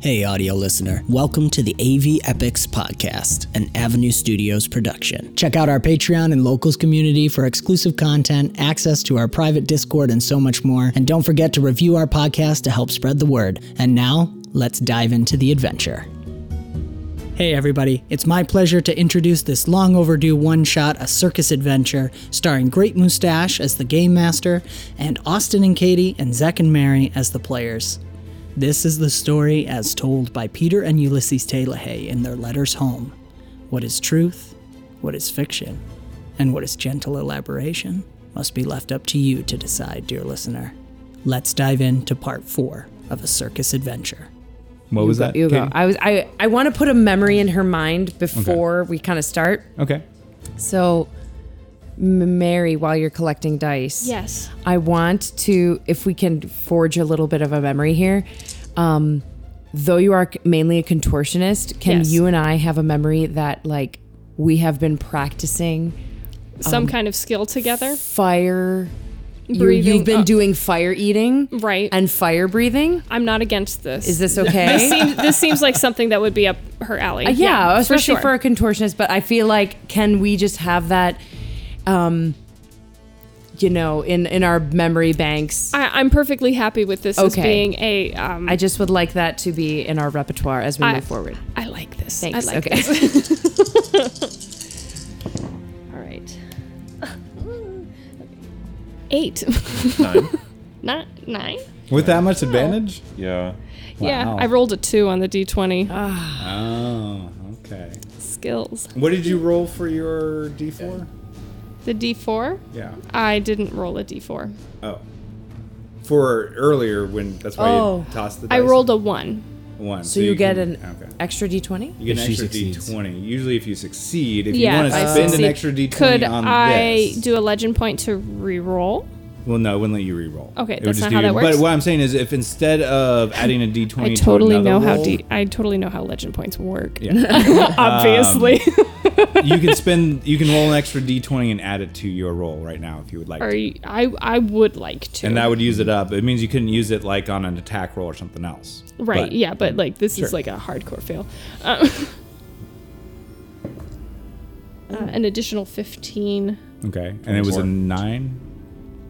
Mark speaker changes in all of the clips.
Speaker 1: Hey, audio listener. Welcome to the AV Epics Podcast, an Avenue Studios production. Check out our Patreon and locals community for exclusive content, access to our private Discord, and so much more. And don't forget to review our podcast to help spread the word. And now, let's dive into the adventure. Hey, everybody. It's my pleasure to introduce this long overdue one shot, A Circus Adventure, starring Great Mustache as the game master, and Austin and Katie and Zek and Mary as the players. This is the story as told by Peter and Ulysses T. LeHaye in their letters home. What is truth? What is fiction? And what is gentle elaboration must be left up to you to decide, dear listener. Let's dive into part four of A Circus Adventure.
Speaker 2: What was that?
Speaker 3: You go.
Speaker 2: Katie?
Speaker 3: I was I I want to put a memory in her mind before we kind of start.
Speaker 2: okay.
Speaker 3: So M- Mary, while you're collecting dice,
Speaker 4: Yes.
Speaker 3: I want to if we can forge a little bit of a memory here. Um though you are c- mainly a contortionist, can
Speaker 4: Yes.
Speaker 3: you and I have a memory that like we have been practicing
Speaker 4: Some
Speaker 3: Um,
Speaker 4: kind of skill together.
Speaker 3: fire you,
Speaker 4: Breathing
Speaker 3: you've been
Speaker 4: up.
Speaker 3: doing fire eating
Speaker 4: Right.
Speaker 3: and fire breathing?
Speaker 4: I'm not against this.
Speaker 3: Is this okay?
Speaker 4: This seems, this seems like something that would be up her alley.
Speaker 3: Uh, yeah, especially
Speaker 4: sure.
Speaker 3: for, a contortionist. But I feel like can we just have that, um, you know, in in our memory banks? I,
Speaker 4: I, I'm perfectly happy with this as
Speaker 3: Okay.
Speaker 4: being a. Um,
Speaker 3: just would like that to be in our repertoire as we
Speaker 4: I-
Speaker 3: move forward.
Speaker 4: I like this.
Speaker 3: Thanks.
Speaker 4: I like
Speaker 3: okay.
Speaker 4: this. All right. Eight.
Speaker 5: Nine.
Speaker 4: Not nine?
Speaker 2: With that much advantage?
Speaker 5: yeah.
Speaker 4: Yeah,
Speaker 2: Wow.
Speaker 4: I rolled a two on the d20.
Speaker 3: Ah.
Speaker 2: Oh, okay.
Speaker 4: Skills.
Speaker 2: What did you roll for your D4?
Speaker 4: The d4?
Speaker 2: Yeah.
Speaker 4: I didn't roll a d4.
Speaker 2: Oh. For earlier when that's why
Speaker 3: Oh.
Speaker 2: you tossed the
Speaker 4: I
Speaker 2: dice
Speaker 4: rolled a one.
Speaker 2: one.
Speaker 3: So you get an
Speaker 2: okay.
Speaker 3: extra d twenty.
Speaker 2: You get
Speaker 6: If
Speaker 2: an
Speaker 6: she
Speaker 2: extra
Speaker 6: succeeds.
Speaker 2: D20. Usually if you succeed, if
Speaker 4: Yeah,
Speaker 2: you
Speaker 4: if
Speaker 2: want
Speaker 4: I
Speaker 2: to spend an
Speaker 4: succeed.
Speaker 2: extra D20
Speaker 4: Could
Speaker 2: on
Speaker 4: I
Speaker 2: this.
Speaker 4: do a legend point to re-roll?
Speaker 2: Well, no, it wouldn't let you re-roll.
Speaker 4: Okay,
Speaker 2: It would
Speaker 4: that's
Speaker 2: just
Speaker 4: not
Speaker 2: do
Speaker 4: how that
Speaker 2: your-
Speaker 4: works.
Speaker 2: But what I'm saying is, if instead of adding a D20,
Speaker 4: I
Speaker 2: to
Speaker 4: totally
Speaker 2: another
Speaker 4: know how
Speaker 2: roll,
Speaker 4: de- I totally know how legend points work.
Speaker 2: Yeah. Um,
Speaker 4: Obviously.
Speaker 2: you can spend, you can roll an extra D20 and add it to your roll right now if you would like.
Speaker 4: Are
Speaker 2: to.
Speaker 4: you- I I would like to.
Speaker 2: And that would use it up. It means you couldn't use it like on an attack roll or something else.
Speaker 4: right.
Speaker 2: But-
Speaker 4: yeah, but like this
Speaker 2: Sure.
Speaker 4: is like a hardcore fail. Um, uh, an additional fifteen.
Speaker 2: Okay. And it was a
Speaker 5: 24.
Speaker 2: nine.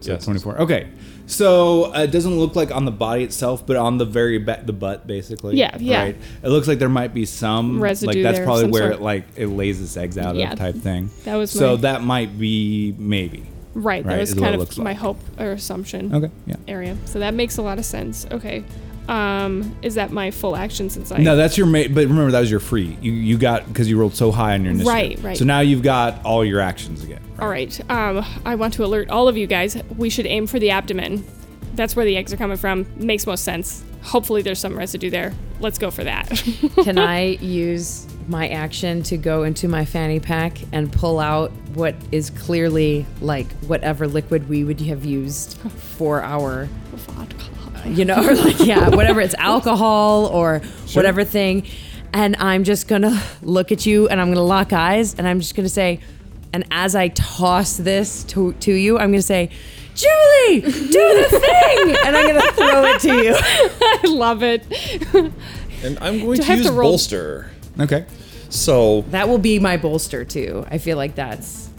Speaker 2: So
Speaker 5: Yes.
Speaker 2: 24. Okay. So uh, it doesn't look like on the body itself, but on the very ba- the butt basically.
Speaker 4: Yeah, yeah.
Speaker 2: Right. It looks like there might be some
Speaker 4: Residue
Speaker 2: Like that's
Speaker 4: there of
Speaker 2: probably
Speaker 4: some
Speaker 2: where
Speaker 4: sort.
Speaker 2: it like it lays its eggs out
Speaker 4: Yeah.
Speaker 2: of type thing.
Speaker 4: That was
Speaker 2: so
Speaker 4: my-
Speaker 2: that might be maybe.
Speaker 4: Right. That
Speaker 2: Right,
Speaker 4: was
Speaker 2: is what
Speaker 4: kind
Speaker 2: it
Speaker 4: of
Speaker 2: looks
Speaker 4: my
Speaker 2: like.
Speaker 4: hope or assumption.
Speaker 2: Okay. Yeah.
Speaker 4: Area. So that makes a lot of sense. Okay. Um, is that my full action since I?
Speaker 2: No, that's your ma But remember, that was your free. You you got because you rolled so high on your initiative.
Speaker 4: Right, right.
Speaker 2: So now you've got all your actions again.
Speaker 4: All right. Um, I want to alert all of you guys. We should aim for the abdomen. That's where the eggs are coming from. Makes most sense. Hopefully, there's some residue there. Let's go for that.
Speaker 3: Can I use my action to go into my fanny pack and pull out what is clearly like whatever liquid we would have used for our you know, or like yeah, whatever it's alcohol or whatever thing. And I'm just gonna look at you and I'm gonna lock eyes and I'm just gonna say, and as I toss this to, to you, I'm gonna say, Julie, do the thing! and I'm gonna throw it to you.
Speaker 4: I love it.
Speaker 5: And I'm going
Speaker 4: Do I
Speaker 5: to
Speaker 4: have
Speaker 5: use
Speaker 4: to roll-
Speaker 5: bolster.
Speaker 2: Okay.
Speaker 5: So
Speaker 3: That will be my bolster too. I feel like that's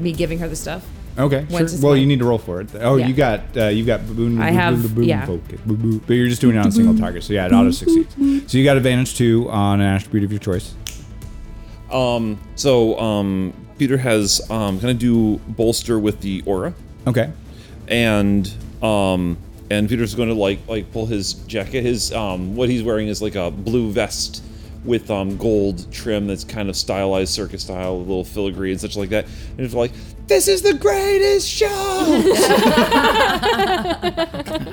Speaker 3: me giving her the stuff.
Speaker 2: Okay.
Speaker 3: Once
Speaker 2: Sure.
Speaker 3: it's
Speaker 2: Well,
Speaker 3: mine.
Speaker 2: you need to roll for it. Oh,
Speaker 3: Yeah.
Speaker 2: you got uh, you got boom.
Speaker 3: I
Speaker 2: boom,
Speaker 3: have-
Speaker 2: boom, boom,
Speaker 3: yeah.
Speaker 2: focus, boom, boom. But you're just doing it on a single target, so yeah, it auto succeeds. So you got advantage two on an attribute of your choice.
Speaker 5: um so um Peter has um gonna do bolster with the aura.
Speaker 2: Okay.
Speaker 5: And um and Peter's gonna like like pull his jacket. His um what he's wearing is like a blue vest with um gold trim that's kind of stylized circus style, with little filigree and such like that. And it's like, this is the greatest show!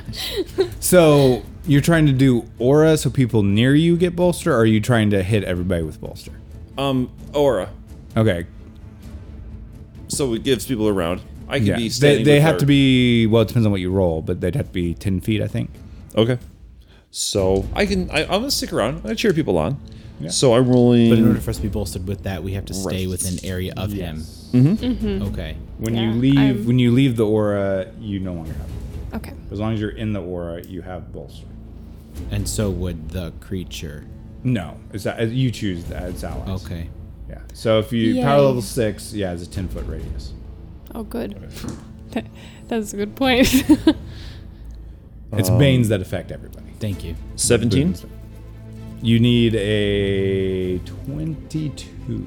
Speaker 2: So you're trying to do aura, so people near you get bolster. Or are you trying to hit everybody with bolster?
Speaker 5: um aura.
Speaker 2: Okay.
Speaker 5: So it gives people around. I could
Speaker 2: Yeah.
Speaker 5: be
Speaker 2: They,
Speaker 5: standing
Speaker 2: they
Speaker 5: with
Speaker 2: have
Speaker 5: her.
Speaker 2: to be. Well, it depends on what you roll, but they'd have to be ten feet, I think.
Speaker 5: Okay. So I can. I, I'm gonna stick around. I cheer people on. So I'm rolling.
Speaker 6: But in
Speaker 2: Mm.
Speaker 6: order for us to be bolstered with that, we have to stay
Speaker 5: Right.
Speaker 6: within area of
Speaker 2: Mm-hmm.
Speaker 6: him. Okay.
Speaker 2: When
Speaker 4: Yeah,
Speaker 2: you leave,
Speaker 4: I'm-
Speaker 2: when you leave the aura, you no longer have. it.
Speaker 4: Okay.
Speaker 2: As long as you're in the aura, you have bolster.
Speaker 6: And so would the creature.
Speaker 2: No, it's that you choose that it's allies.
Speaker 6: Okay.
Speaker 2: Yeah. So if you power
Speaker 4: Yay.
Speaker 2: level six, yeah, it's a ten foot radius.
Speaker 4: Oh, good. That, that's a good point.
Speaker 2: It's banes that affect everybody.
Speaker 6: Thank you.
Speaker 5: 17?
Speaker 2: You need a twenty-two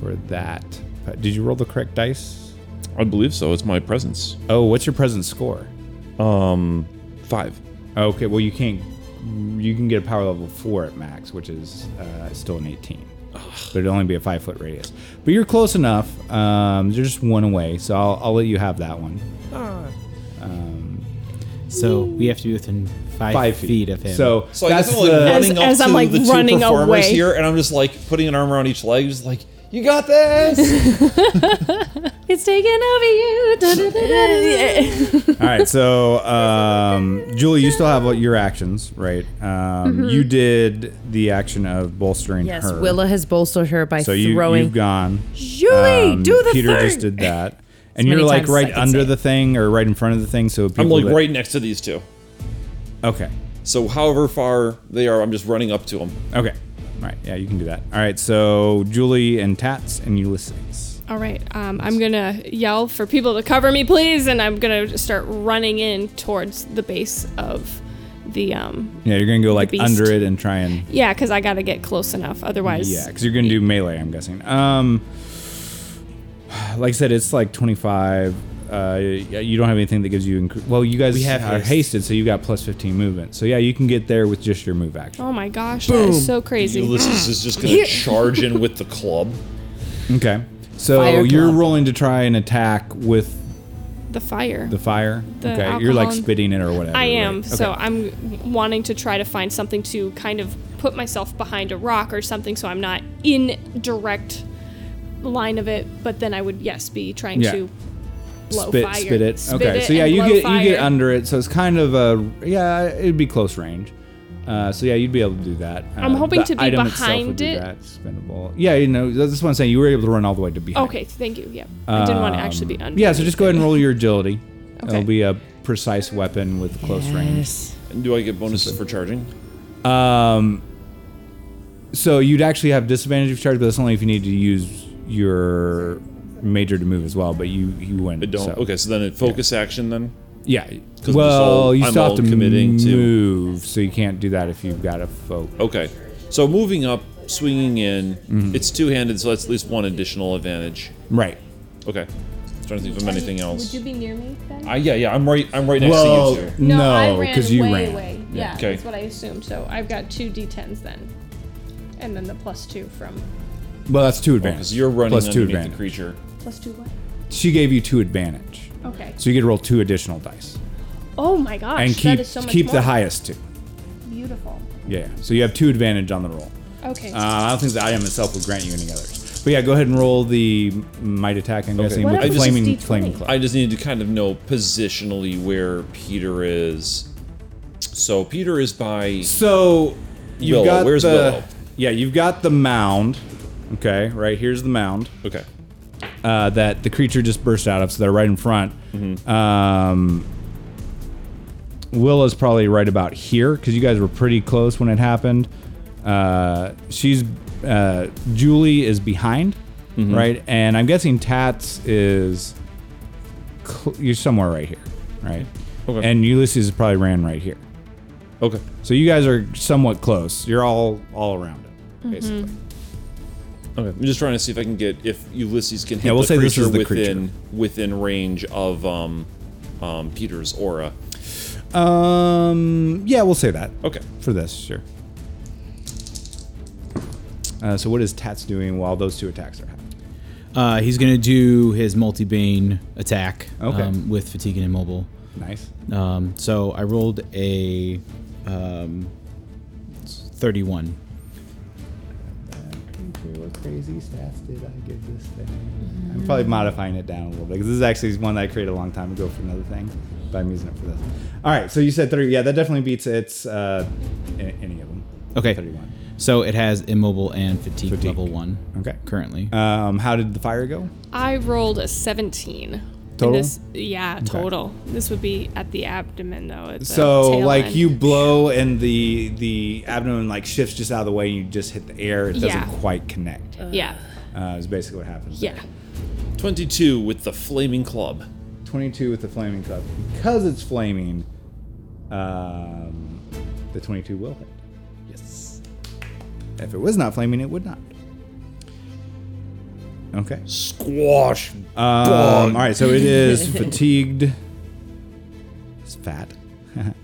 Speaker 2: for that. But Did you roll the correct dice?
Speaker 5: I believe so. It's my presence.
Speaker 2: Oh, what's your present score?
Speaker 5: Um, five.
Speaker 2: Okay, well you can't. You can get a power level four at max, which is uh, still an eighteen, but it'd only be a five foot radius. But you're close enough. Um, you're just one away, so I'll, I'll let you have that one.
Speaker 6: So we have to be within five,
Speaker 2: Five feet,
Speaker 6: feet. of him.
Speaker 2: So,
Speaker 5: So
Speaker 2: that's
Speaker 5: I
Speaker 2: the.
Speaker 5: guess I'm like running up
Speaker 4: as
Speaker 5: to
Speaker 4: I'm, like,
Speaker 5: the two
Speaker 4: running
Speaker 5: performers
Speaker 4: away.
Speaker 5: here, and I'm just like putting an arm around each leg, just like, you got this.
Speaker 3: It's taking over you. Da, da, da, da, da.
Speaker 2: All right, so um, Julie, you still have uh, your actions, right? Um, You did the action of bolstering
Speaker 3: Mm-hmm. yes,
Speaker 2: her.
Speaker 3: Willa has bolstered her by
Speaker 2: so you,
Speaker 3: throwing.
Speaker 2: you've gone.
Speaker 3: Julie,
Speaker 2: Um,
Speaker 3: do the
Speaker 2: Peter
Speaker 3: thing.
Speaker 2: just did that, and you're
Speaker 3: many
Speaker 2: like
Speaker 3: times as I
Speaker 2: right
Speaker 3: can
Speaker 2: under
Speaker 3: say
Speaker 2: the thing or right in front of the thing. So people
Speaker 5: I'm like
Speaker 2: that-
Speaker 5: right next to these two.
Speaker 2: Okay.
Speaker 5: So however far they are, I'm just running up to them.
Speaker 2: Okay. All right. Yeah, you can do that. All right. So Julie and Tats and Ulysses.
Speaker 4: All right, um, I'm gonna yell for people to cover me, please, and I'm gonna start running in towards the base of the. Um,
Speaker 2: Yeah, you're gonna go like
Speaker 4: beast.
Speaker 2: under it and try and
Speaker 4: yeah, because I gotta get close enough, otherwise.
Speaker 2: yeah, because you're gonna do melee. I'm guessing. Um, like I said, it's like 25. Uh, you don't have anything that gives you. Inc- well, you guys
Speaker 6: have
Speaker 2: are
Speaker 6: haste.
Speaker 2: hasted, so you got plus 15 movement. So yeah, you can get there with just your move action.
Speaker 4: Oh my gosh, that is so crazy.
Speaker 5: Ulysses is just gonna charge in with the club.
Speaker 4: Oh.
Speaker 2: Okay. So
Speaker 3: Fire
Speaker 2: you're
Speaker 3: club.
Speaker 2: rolling to try and attack with
Speaker 4: the fire.
Speaker 2: the fire.
Speaker 4: The
Speaker 2: okay. You're like
Speaker 4: alcohol and-
Speaker 2: spitting it or whatever.
Speaker 4: I
Speaker 2: right?
Speaker 4: am. So
Speaker 2: Okay.
Speaker 4: I'm wanting to try to find something to kind of put myself behind a rock or something so I'm not in direct line of it, but then I would, yes, be trying
Speaker 2: Yeah.
Speaker 4: to blow
Speaker 2: spit,
Speaker 4: fire.
Speaker 2: spit it.
Speaker 4: Spit
Speaker 2: okay,
Speaker 4: it
Speaker 2: so yeah,
Speaker 4: and
Speaker 2: you
Speaker 4: blow
Speaker 2: get you get
Speaker 4: fire.
Speaker 2: under it, so it's kind of a yeah, it'd be close range. Uh, so yeah, you'd be able to do that.
Speaker 4: I'm
Speaker 2: Uh,
Speaker 4: hoping
Speaker 2: the
Speaker 4: to be
Speaker 2: item itself would
Speaker 4: behind
Speaker 2: do
Speaker 4: it.
Speaker 2: that. Spendable. Yeah, you know that's what I'm saying. You were able to run all the way to behind.
Speaker 4: Okay, thank you. Yeah. I didn't want to actually be under.
Speaker 2: Um, Yeah, so just go ahead and roll your agility. It'll
Speaker 4: Okay.
Speaker 2: be a precise weapon with close range.
Speaker 3: Yes.
Speaker 5: And do I get bonuses for charging?
Speaker 2: So you'd actually have disadvantage of charge, but that's only if you need to use your major to move as well. But you you win.
Speaker 5: I don't.
Speaker 2: so-
Speaker 5: Okay, so then it focus action then.
Speaker 2: Yeah.
Speaker 5: I'm just
Speaker 2: Well,
Speaker 5: all-
Speaker 2: you
Speaker 5: I'm
Speaker 2: still
Speaker 5: all
Speaker 2: have to
Speaker 5: committing to-
Speaker 2: move, so you can't do that if you've got a focus.
Speaker 5: Okay, so moving up, swinging in. It's two handed, so that's at least one additional advantage.
Speaker 2: Right.
Speaker 5: Okay. trying to think of anything else.
Speaker 4: be near me then?
Speaker 5: I, yeah, yeah, I'm right. I'm right next
Speaker 2: Well,
Speaker 5: to you two.
Speaker 2: no, because you ran.
Speaker 4: Yeah,
Speaker 5: Okay.
Speaker 4: that's what I assumed. So I've got two d10s then, and then the plus two from
Speaker 2: Well, that's two advantage.
Speaker 5: Because Oh, you're running
Speaker 2: Plus two
Speaker 5: underneath the
Speaker 2: advantage.
Speaker 5: creature.
Speaker 4: plus two what?
Speaker 2: She gave you two advantage,
Speaker 4: Okay.
Speaker 2: so you get to roll two additional dice
Speaker 4: oh my gosh,
Speaker 2: and keep
Speaker 4: that is so much
Speaker 2: keep
Speaker 4: more
Speaker 2: the highest two.
Speaker 4: beautiful.
Speaker 2: Yeah. So you have two advantage on the roll.
Speaker 4: Okay.
Speaker 2: Uh, I don't think the item itself will grant you any others. But yeah, go ahead and roll the might attack. I'm guessing
Speaker 4: What
Speaker 2: with
Speaker 5: if
Speaker 2: the
Speaker 5: it's just
Speaker 2: flaming
Speaker 4: D20?
Speaker 2: flaming club.
Speaker 5: I just need to kind of know positionally where Peter is. So Peter is by.
Speaker 2: So you've
Speaker 5: Willow,
Speaker 2: got
Speaker 5: where's
Speaker 2: the
Speaker 5: Willow?
Speaker 2: yeah, you've got the mound. Okay, right here's the mound.
Speaker 5: Okay.
Speaker 2: uh, that the creature just burst out of, so they're right in front. Um, Willa's probably right about here because you guys were pretty close when it happened. Uh, she's uh, Julie is behind, right, and I'm guessing Tats is cl- you're somewhere right here, right,
Speaker 5: Okay.
Speaker 2: and Ulysses probably ran right here.
Speaker 5: Okay.
Speaker 2: So you guys are somewhat close. You're all all around it, basically.
Speaker 5: Okay. I'm just trying to see if I can get if Ulysses can hit
Speaker 2: Yeah, we'll
Speaker 5: the
Speaker 2: say this
Speaker 5: creature
Speaker 2: is the
Speaker 5: within within range of um, um, Peter's aura.
Speaker 2: Um, yeah, we'll say that.
Speaker 5: Okay.
Speaker 2: for this, sure. Uh, so what is Tats doing while those two attacks are happening?
Speaker 6: Uh, he's going to do his multi bane attack
Speaker 2: Okay.
Speaker 6: um, with fatigue and immobile.
Speaker 2: Nice.
Speaker 6: Um, so I rolled a um, 31.
Speaker 2: What crazy stats did I give this thing? I'm probably modifying it down a little bit because this is actually one that I created a long time ago for another thing, but I'm using it for this. All right, so you said 30. Yeah, that definitely beats its uh, a- any of them.
Speaker 6: Okay.
Speaker 2: 31.
Speaker 6: So it has immobile and fatigue,
Speaker 2: Fatigue.
Speaker 6: level one.
Speaker 2: Okay. Uh,
Speaker 6: Currently.
Speaker 2: Um, how did the fire go?
Speaker 4: I rolled a 17.
Speaker 2: Total?
Speaker 4: This, yeah, total. This would be at the abdomen though. At the
Speaker 2: So
Speaker 4: tail
Speaker 2: like
Speaker 4: end.
Speaker 2: you blow and the the abdomen like shifts just out of the way and you just hit the air. It doesn't
Speaker 4: Yeah.
Speaker 2: quite connect. Uh,
Speaker 4: Yeah.
Speaker 2: is basically what happens.
Speaker 4: Yeah.
Speaker 5: 22 with the flaming club.
Speaker 2: 22 with the flaming club because it's flaming. Um, the 22 will hit. Yes. If it was not flaming, it would not. Okay.
Speaker 5: Squash.
Speaker 2: Um, all right, so it is fatigued. It's fat.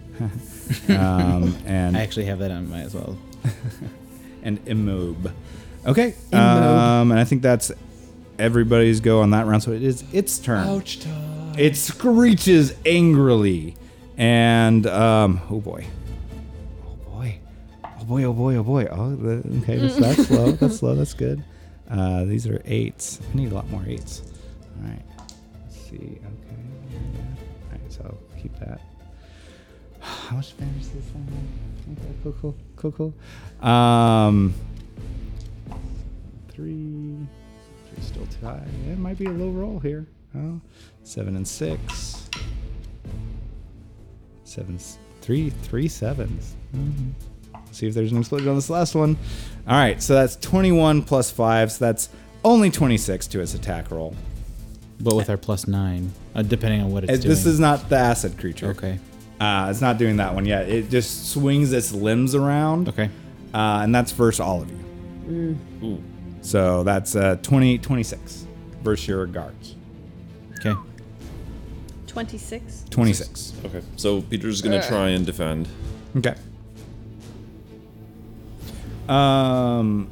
Speaker 2: um, and
Speaker 6: I actually have that on my as well.
Speaker 2: and immob. Okay. Um, and I think that's everybody's go on that round. So it is its turn. Ouch time. It screeches angrily. And um, oh boy. Oh boy. Oh boy, oh boy, oh boy. Oh, the- okay. That's, that's slow. That's slow. That's good. Uh, these are eights. I need a lot more eights. All right. Let's see. Okay. yeah. All right. So I'll keep that. How much damage does this thing have? Okay, cool, cool, cool, cool. Um, three. Three still too high. Yeah, It might be a low roll here. Oh, seven and six. Seven, s- three, three sevens. Mhm. See if there's an explosion on this last one. All right, so that's 21 plus five, so that's only 26 to its attack roll.
Speaker 6: But with our plus nine, uh, depending on what it's
Speaker 2: Uh,
Speaker 6: doing.
Speaker 2: This is not the acid creature.
Speaker 6: Okay.
Speaker 2: Uh, it's not doing that one yet. It just swings its limbs around.
Speaker 6: Okay.
Speaker 2: Uh, and that's versus all of you.
Speaker 5: Ooh.
Speaker 2: So that's uh, 20, 26 versus your guards.
Speaker 6: Okay.
Speaker 7: 26.
Speaker 2: 26.
Speaker 5: Okay, so Peter's gonna try and defend.
Speaker 2: Okay. Um,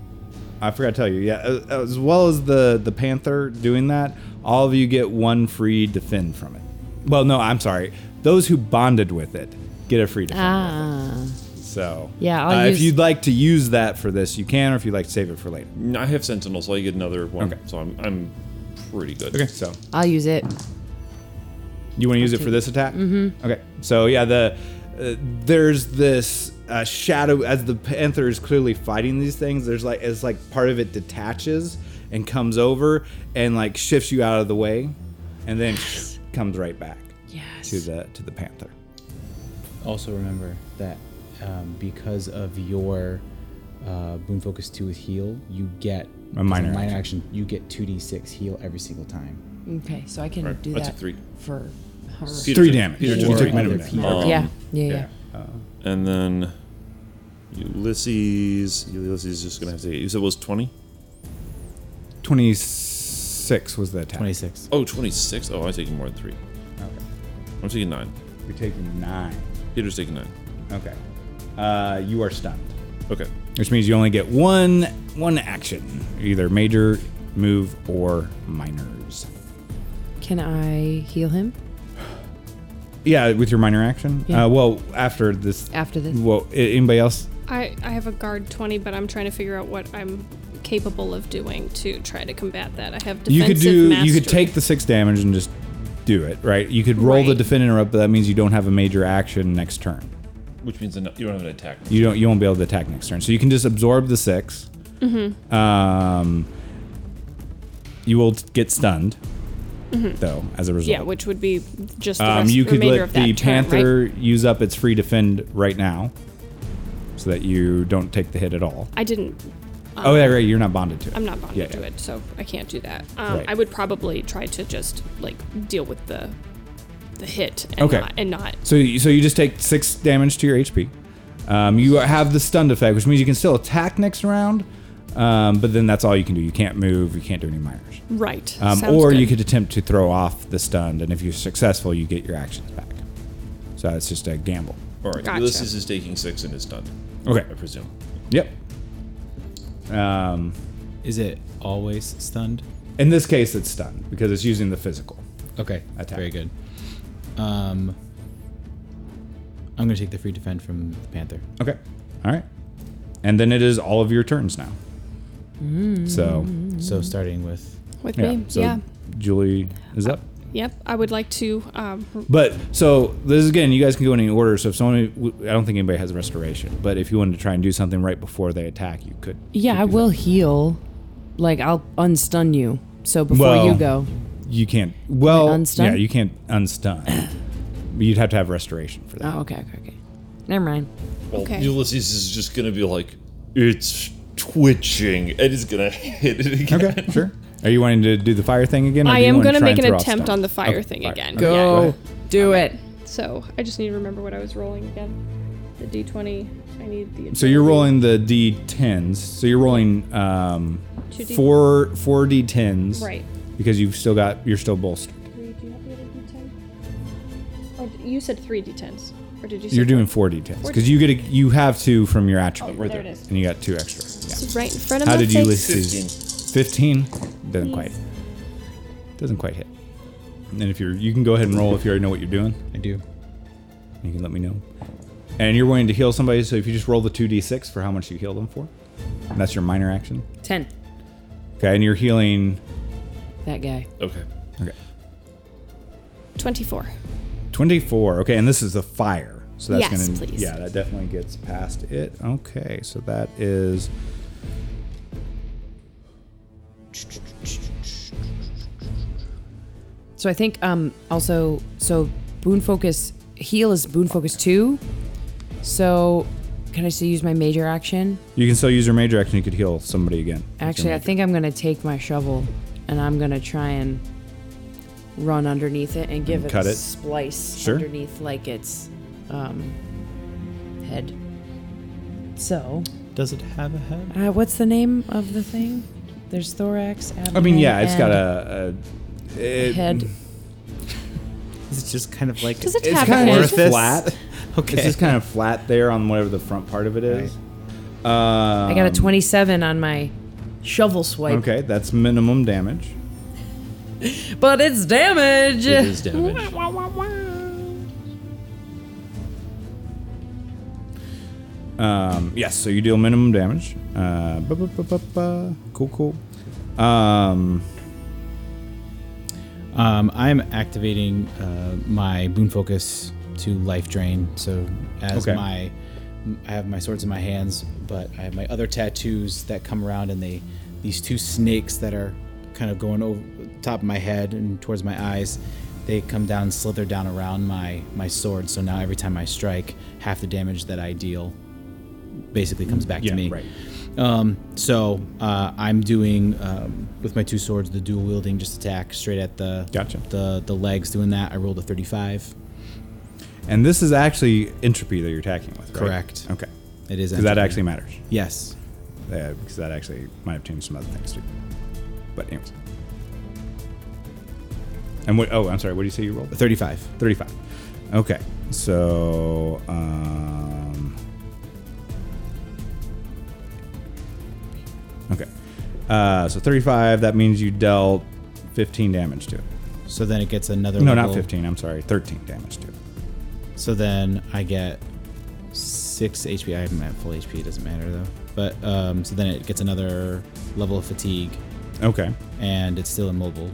Speaker 2: I forgot to tell you. Yeah, as, as well as the the panther doing that, all of you get one free defend from it. Well, no, I'm sorry. Those who bonded with it get a free defend.
Speaker 3: Ah.
Speaker 2: So
Speaker 3: Yeah,
Speaker 2: uh,
Speaker 3: I'll
Speaker 2: if
Speaker 3: use-
Speaker 2: you'd like to use that for this, you can, or if you'd like to save it for later.
Speaker 5: Mm, I have Sentinel, so I get another one.
Speaker 2: Okay.
Speaker 5: So I'm, I'm pretty good.
Speaker 2: Okay, so
Speaker 3: I'll use it.
Speaker 2: You want to use it for this attack? Mm-hmm. Okay. So yeah, the uh, there's this uh, shadow as the panther is clearly fighting these things. There's like it's like part of it detaches and comes over and like shifts you out of the way, and then comes right back to
Speaker 3: Yes.
Speaker 2: the to the panther.
Speaker 6: Also remember that um, because of your uh, Boon Focus 2 with heal, you get
Speaker 2: A minor
Speaker 6: it's action. You get 2d6 heal every single time.
Speaker 3: Okay, so I can
Speaker 5: Right,
Speaker 3: do
Speaker 5: I
Speaker 3: that
Speaker 5: took three.
Speaker 3: for her.
Speaker 2: Three
Speaker 5: Peter took-
Speaker 2: damage.
Speaker 5: Peter
Speaker 2: You
Speaker 5: took
Speaker 2: took
Speaker 5: three.
Speaker 2: minimum
Speaker 6: Other
Speaker 2: damage.
Speaker 6: people.
Speaker 5: Um,
Speaker 3: yeah, yeah, yeah.
Speaker 5: And then Ulysses. Ulysses is just gonna have to. You said it was 20?
Speaker 2: Twenty six was the attack.
Speaker 6: 26.
Speaker 5: Oh, 26? Oh, I'm taking more than three. I'm taking nine.
Speaker 2: You're taking nine.
Speaker 5: Peter's taking nine.
Speaker 2: Okay. Uh, you are stunned.
Speaker 5: Okay.
Speaker 2: which means you only get one one action, either major move or minors.
Speaker 3: Can I heal him?
Speaker 2: Yeah, with your minor action.
Speaker 3: Yeah.
Speaker 2: Uh, well, after this.
Speaker 3: After this.
Speaker 2: Well, a- anybody else?
Speaker 4: I, I have a guard 20, but I'm trying to figure out what I'm capable of doing to try to combat that. I have defensive
Speaker 2: you could do.
Speaker 4: mastery.
Speaker 2: You could take the six damage and just do it, right? You could roll the
Speaker 4: Right.
Speaker 2: defend interrupt, but that means you don't have a major action next turn.
Speaker 5: Which means that you don't have an attack.
Speaker 2: You don't. You won't be able to attack next turn, so you can just absorb the 6
Speaker 4: Mm-hmm.
Speaker 2: Um, you will t- get stunned, though, as a result.
Speaker 4: Mm-hmm. Yeah, which would be just the
Speaker 2: Um,
Speaker 4: rest,
Speaker 2: you could
Speaker 4: remainder
Speaker 2: let
Speaker 4: of that
Speaker 2: the
Speaker 4: turn, right?
Speaker 2: panther use up its free defend right now, so that you don't take the hit at all.
Speaker 4: I didn't. um,
Speaker 2: oh yeah, right. You're not bonded to it.
Speaker 4: I'm not bonded
Speaker 2: Yeah,
Speaker 4: to
Speaker 2: yeah.
Speaker 4: it, so I can't do that. Um,
Speaker 2: Right.
Speaker 4: I would probably try to just like deal with the the hit and
Speaker 2: Okay.
Speaker 4: not and not.
Speaker 2: So you, so you just take six damage to your HP. Um, you have the stunned effect, which means you can still attack next round, um, but then that's all you can do. You can't move. You can't do any minors.
Speaker 4: Right.
Speaker 2: Um,
Speaker 4: Sounds
Speaker 2: or
Speaker 4: good.
Speaker 2: you could attempt to throw off the stunned, and if you're successful, you get your actions back. So it's just a gamble.
Speaker 5: All right.
Speaker 4: Gotcha.
Speaker 5: Ulysses is taking six and is done.
Speaker 2: Okay.
Speaker 5: I presume.
Speaker 2: Yep. Um,
Speaker 6: Is it always stunned?
Speaker 2: in this case, it's stunned because it's using the physical.
Speaker 6: Okay.
Speaker 2: Attack.
Speaker 6: Very good. Um, I'm going to take the free defend from the Panther.
Speaker 2: Okay. All right. And then it is all of your turns now. So,
Speaker 6: So starting with.
Speaker 4: with
Speaker 2: yeah.
Speaker 4: me.
Speaker 2: So
Speaker 4: Mm, yeah.
Speaker 2: Julie is up.
Speaker 4: Yep. I would like to. Um, r-
Speaker 2: But so this is again, you guys can go in any order. So if someone, I don't think anybody has restoration, but if you wanted to try and do something right before they attack, you could.
Speaker 3: Yeah, I will heal. Like I'll unstun you. So before
Speaker 2: Well,
Speaker 3: you go,
Speaker 2: you can't. Well,
Speaker 3: unstun?
Speaker 2: yeah, you can't unstun. You'd have to have restoration for that.
Speaker 3: Oh, okay, okay, okay. Never mind.
Speaker 5: Well,
Speaker 4: Okay.
Speaker 5: Ulysses is just gonna be like, it's twitching, and he's gonna hit it again.
Speaker 2: Okay, sure. Are you wanting to do the fire thing again? or
Speaker 4: I
Speaker 2: do you
Speaker 4: am
Speaker 2: wanna
Speaker 4: going to
Speaker 2: try
Speaker 4: make
Speaker 2: and
Speaker 4: an
Speaker 2: throw off
Speaker 4: attempt
Speaker 2: stun?
Speaker 4: on the fire
Speaker 2: Okay,
Speaker 4: thing
Speaker 2: fire.
Speaker 4: again.
Speaker 2: Okay, yeah,
Speaker 3: Go.
Speaker 2: ahead.
Speaker 3: Do it.
Speaker 4: So I just need to remember what I was rolling again. The d20. I need the.
Speaker 2: So you're rolling the d10s. So you're rolling um,
Speaker 4: Two D-
Speaker 2: four four d10s.
Speaker 4: Right.
Speaker 2: Because you've still got you're still bolstered.
Speaker 4: Three, do you have the other d10? Or d- you said three d10s, or did you? Say
Speaker 2: You're doing four d10s because you get a, you have two from your attribute,
Speaker 4: Right Oh, there it is.
Speaker 2: and you got two extra. Yeah.
Speaker 4: It's right in front of
Speaker 2: How
Speaker 4: my
Speaker 2: did
Speaker 4: face.
Speaker 2: Ulysses? Fifteen doesn't quite doesn't quite hit. And then if you're you can go ahead and roll if you already know what you're doing.
Speaker 6: I do.
Speaker 2: You can let me know. And you're willing to heal somebody, so if you just roll the two d6 for how much you heal them for, and that's your minor action.
Speaker 3: Ten.
Speaker 2: Okay, and you're healing
Speaker 3: That guy.
Speaker 5: Okay.
Speaker 2: Okay.
Speaker 4: 24.
Speaker 2: 24. Okay, and this is the fire. So that's
Speaker 4: Yes,
Speaker 2: gonna
Speaker 4: please.
Speaker 2: Yeah, that definitely gets past it. Okay, so that is
Speaker 3: So I think um also so boon focus heal is boon focus two. So can I still use my major action?
Speaker 2: you can still use your major action, you could heal somebody again.
Speaker 3: Actually, I think I'm gonna take my shovel and I'm gonna try and run underneath it and give it
Speaker 2: Cut
Speaker 3: a
Speaker 2: it.
Speaker 3: splice
Speaker 2: Sure.
Speaker 3: underneath like its um head. So
Speaker 7: Does it have a head?
Speaker 3: uh, what's the name of the thing? There's thorax. Abdomen,
Speaker 2: I mean, yeah, it's got
Speaker 3: and
Speaker 2: a, a it-
Speaker 3: head.
Speaker 7: Is it just kind of like
Speaker 4: Does it
Speaker 2: It's
Speaker 4: have
Speaker 2: kind
Speaker 4: a
Speaker 2: of
Speaker 4: head?
Speaker 2: just flat.
Speaker 7: okay?
Speaker 2: It's just kind of flat there on whatever the front part of it is. Uh,
Speaker 3: I got a 27 on my shovel swipe,
Speaker 2: Okay, that's minimum damage.
Speaker 3: but it's damage.
Speaker 7: it is damage.
Speaker 2: Um, yes, so you deal minimum damage. Uh, bu- bu- bu- bu- bu. Cool, cool. Um,
Speaker 6: Um, I'm activating uh, my boon focus to life drain. So as
Speaker 2: Okay.
Speaker 6: my I have my swords in my hands, but I have my other tattoos that come around, and they these two snakes that are kind of going over top of my head and towards my eyes. They come down, slither down around my my sword. So now every time I strike, half the damage that I deal basically comes back
Speaker 2: Yeah,
Speaker 6: to me.
Speaker 2: right.
Speaker 6: Um, so uh, I'm doing um, with my two swords the dual wielding just attack straight at the
Speaker 2: Gotcha.
Speaker 6: the the legs. Doing that, I rolled a 35.
Speaker 2: and this is actually entropy that you're attacking with, right?
Speaker 6: Correct.
Speaker 2: Okay.
Speaker 6: It is
Speaker 2: Because that
Speaker 6: entropy.
Speaker 2: actually matters.
Speaker 6: Yes.
Speaker 2: Uh, because that actually might have changed some other things too. But anyways. And what? Oh, I'm sorry. What do you say you rolled?
Speaker 6: 35.
Speaker 2: 35. Okay. So, um. Okay. Uh, so 35, that means you dealt 15 damage to it.
Speaker 6: So then it gets another.
Speaker 2: No, not
Speaker 6: level.
Speaker 2: 15. I'm sorry. 13 damage to it.
Speaker 6: So then I get six HP. I'm at full HP. It doesn't matter though. But um, so then it gets another level of fatigue,
Speaker 2: Okay.
Speaker 6: and it's still immobile.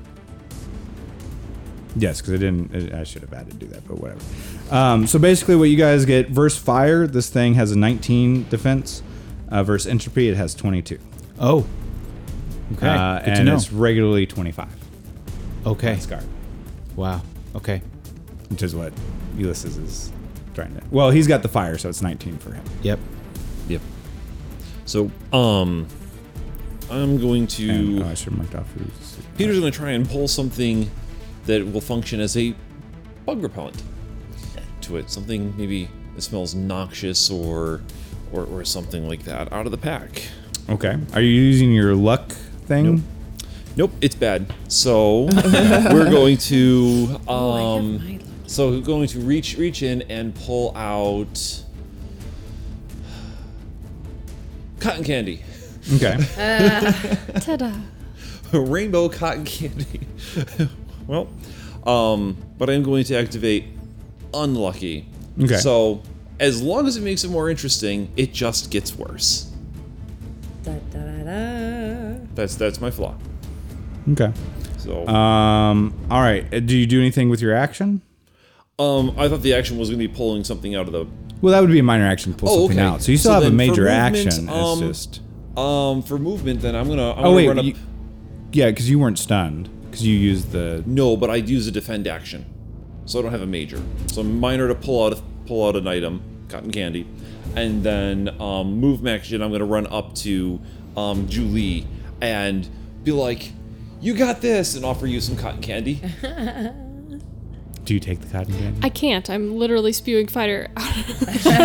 Speaker 2: Yes, because I didn't. It, I should have added to do that, but whatever. Um, so basically, what you guys get verse fire, this thing has a 19 defense. Uh, verse entropy, it has 22.
Speaker 6: Oh. Okay.
Speaker 2: Uh,
Speaker 6: Good to
Speaker 2: and
Speaker 6: know.
Speaker 2: it's regularly 25.
Speaker 6: Okay.
Speaker 2: Scar,
Speaker 6: Wow. Okay.
Speaker 2: which is what Ulysses is trying to. Well, he's got the fire, so it's 19 for him.
Speaker 6: Yep.
Speaker 5: Yep. So, um, I'm going to.
Speaker 2: And, oh, I should have marked off who's.
Speaker 5: Peter's going to try and pull something that will function as a bug repellent to it. Something maybe that smells noxious or, or, or something like that out of the pack.
Speaker 2: Okay. Are you using your luck thing?
Speaker 5: Nope, it's bad. So we're going to um, so we're going to reach reach in and pull out cotton candy,
Speaker 2: Okay.
Speaker 4: Ta-da.
Speaker 5: rainbow cotton candy. well, um, but I'm going to activate unlucky.
Speaker 2: Okay.
Speaker 5: So as long as it makes it more interesting, it just gets worse. That's that's my flaw.
Speaker 2: okay.
Speaker 5: So
Speaker 2: Um. All right. Uh, Do you do anything with your action?
Speaker 5: um, I thought the action was going to be pulling something out of the
Speaker 2: Well, that would be a minor action to pull
Speaker 5: Oh,
Speaker 2: something
Speaker 5: okay.
Speaker 2: out. So you still
Speaker 5: So
Speaker 2: have a
Speaker 5: then for
Speaker 2: major
Speaker 5: movement,
Speaker 2: action.
Speaker 5: um,
Speaker 2: it's just.
Speaker 5: Um, for movement, then I'm gonna. I'm
Speaker 2: Oh
Speaker 5: gonna
Speaker 2: wait,
Speaker 5: run up.
Speaker 2: you- yeah, because you weren't stunned. 'Cause Because you use the
Speaker 5: No, but I'd use a defend action, so I don't have a major. So minor to pull out a, pull out an item, cotton candy, and then um, move action. I'm gonna run up to um, Julie and be like, "You got this," and offer you some cotton candy.
Speaker 2: do you take the cotton candy?
Speaker 4: I can't. I'm literally spewing fire out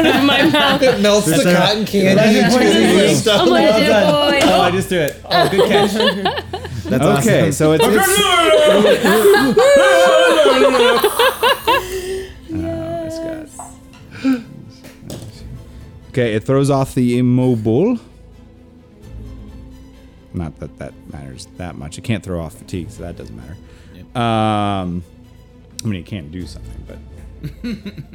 Speaker 4: of my mouth.
Speaker 7: It melts the cotton candy.
Speaker 3: I'm like, "Dear boy."
Speaker 7: Oh, I just threw it. Oh, good catch. That's
Speaker 2: okay,
Speaker 7: awesome.
Speaker 2: so it's, it's okay. It throws off the immobile. Not that that matters that much. It can't throw off fatigue, so that doesn't matter. Um, I mean, it can do something, but.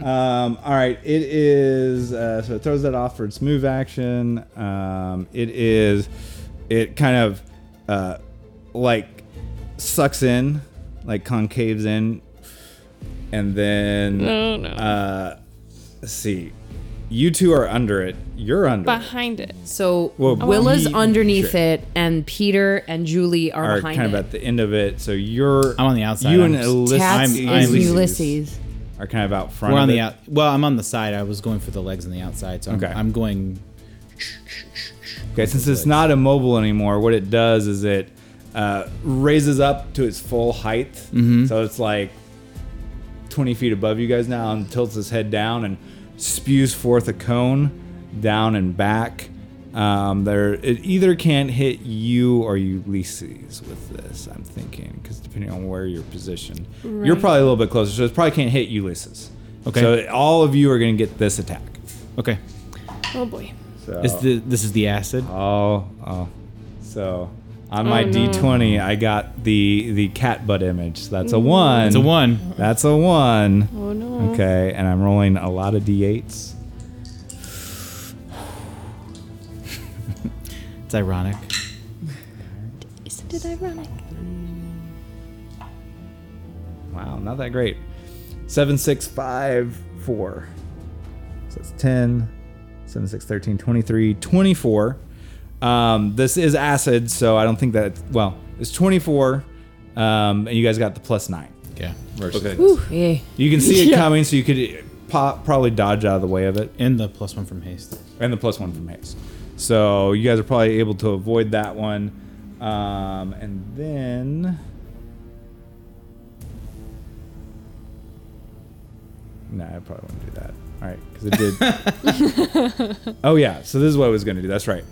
Speaker 2: um, all right, it is uh, so it throws that off for its move action. Um, it is it kind of uh, like sucks in, like concaves in, and then
Speaker 4: Oh no.
Speaker 2: uh, let's see, you two are under it. You're under. it.
Speaker 4: Behind it.
Speaker 3: So
Speaker 2: Well,
Speaker 3: Willa's
Speaker 2: he-
Speaker 3: underneath
Speaker 2: sure.
Speaker 3: it, and Peter and Julie are,
Speaker 2: Are
Speaker 3: behind
Speaker 2: kind of
Speaker 3: it.
Speaker 2: at the end of it, so you're.
Speaker 6: I'm on the outside,
Speaker 2: You
Speaker 6: I'm
Speaker 2: and
Speaker 6: just-
Speaker 2: Ulysses,
Speaker 3: Tats
Speaker 6: I'm-
Speaker 3: is
Speaker 6: I'm-
Speaker 3: Ulysses.
Speaker 2: are kind of out front.
Speaker 6: We're on
Speaker 2: of
Speaker 6: the
Speaker 2: it.
Speaker 6: out. Well, I'm on the side. I was going for the legs on the outside, so I'm,
Speaker 2: Okay.
Speaker 6: I'm going.
Speaker 2: Okay, since it's not immobile anymore, what it does is it uh, raises up to its full height. So it's like 20 feet above you guys now and tilts its head down and spews forth a cone down and back. Um, there, it either can't hit you or Ulysses with this. I'm thinking because depending on where you're positioned, you're
Speaker 4: Right.
Speaker 2: probably a little bit closer, so it probably can't hit Ulysses.
Speaker 6: Okay.
Speaker 2: so all of you are going to get this attack.
Speaker 6: Okay.
Speaker 4: Oh boy.
Speaker 2: So
Speaker 6: Is the this is the acid?
Speaker 2: Oh, oh. So on my
Speaker 4: no.
Speaker 2: D20, I got the the cat butt image. That's a one.
Speaker 6: It's a one.
Speaker 2: That's a one.
Speaker 4: Oh no.
Speaker 2: Okay, and I'm rolling a lot of D8s.
Speaker 6: It's ironic.
Speaker 8: Isn't it ironic?
Speaker 2: Wow, not that great. Seven, six, five, four. So that's 10, 7, 6, 13, 23, 24. Um, this is acid, so I don't think that, well, it's 24, um, and you guys got the plus nine.
Speaker 6: Yeah.
Speaker 5: Okay.
Speaker 3: Yeah.
Speaker 2: You can see it coming, so you could pop, probably dodge out of the way of it,
Speaker 6: And the plus one from haste.
Speaker 2: and the plus one from haste. So you guys are probably able to avoid that one, um, and then. Nah, I probably wouldn't do that. All right, because it did. oh yeah, so this is what I was gonna do. That's right.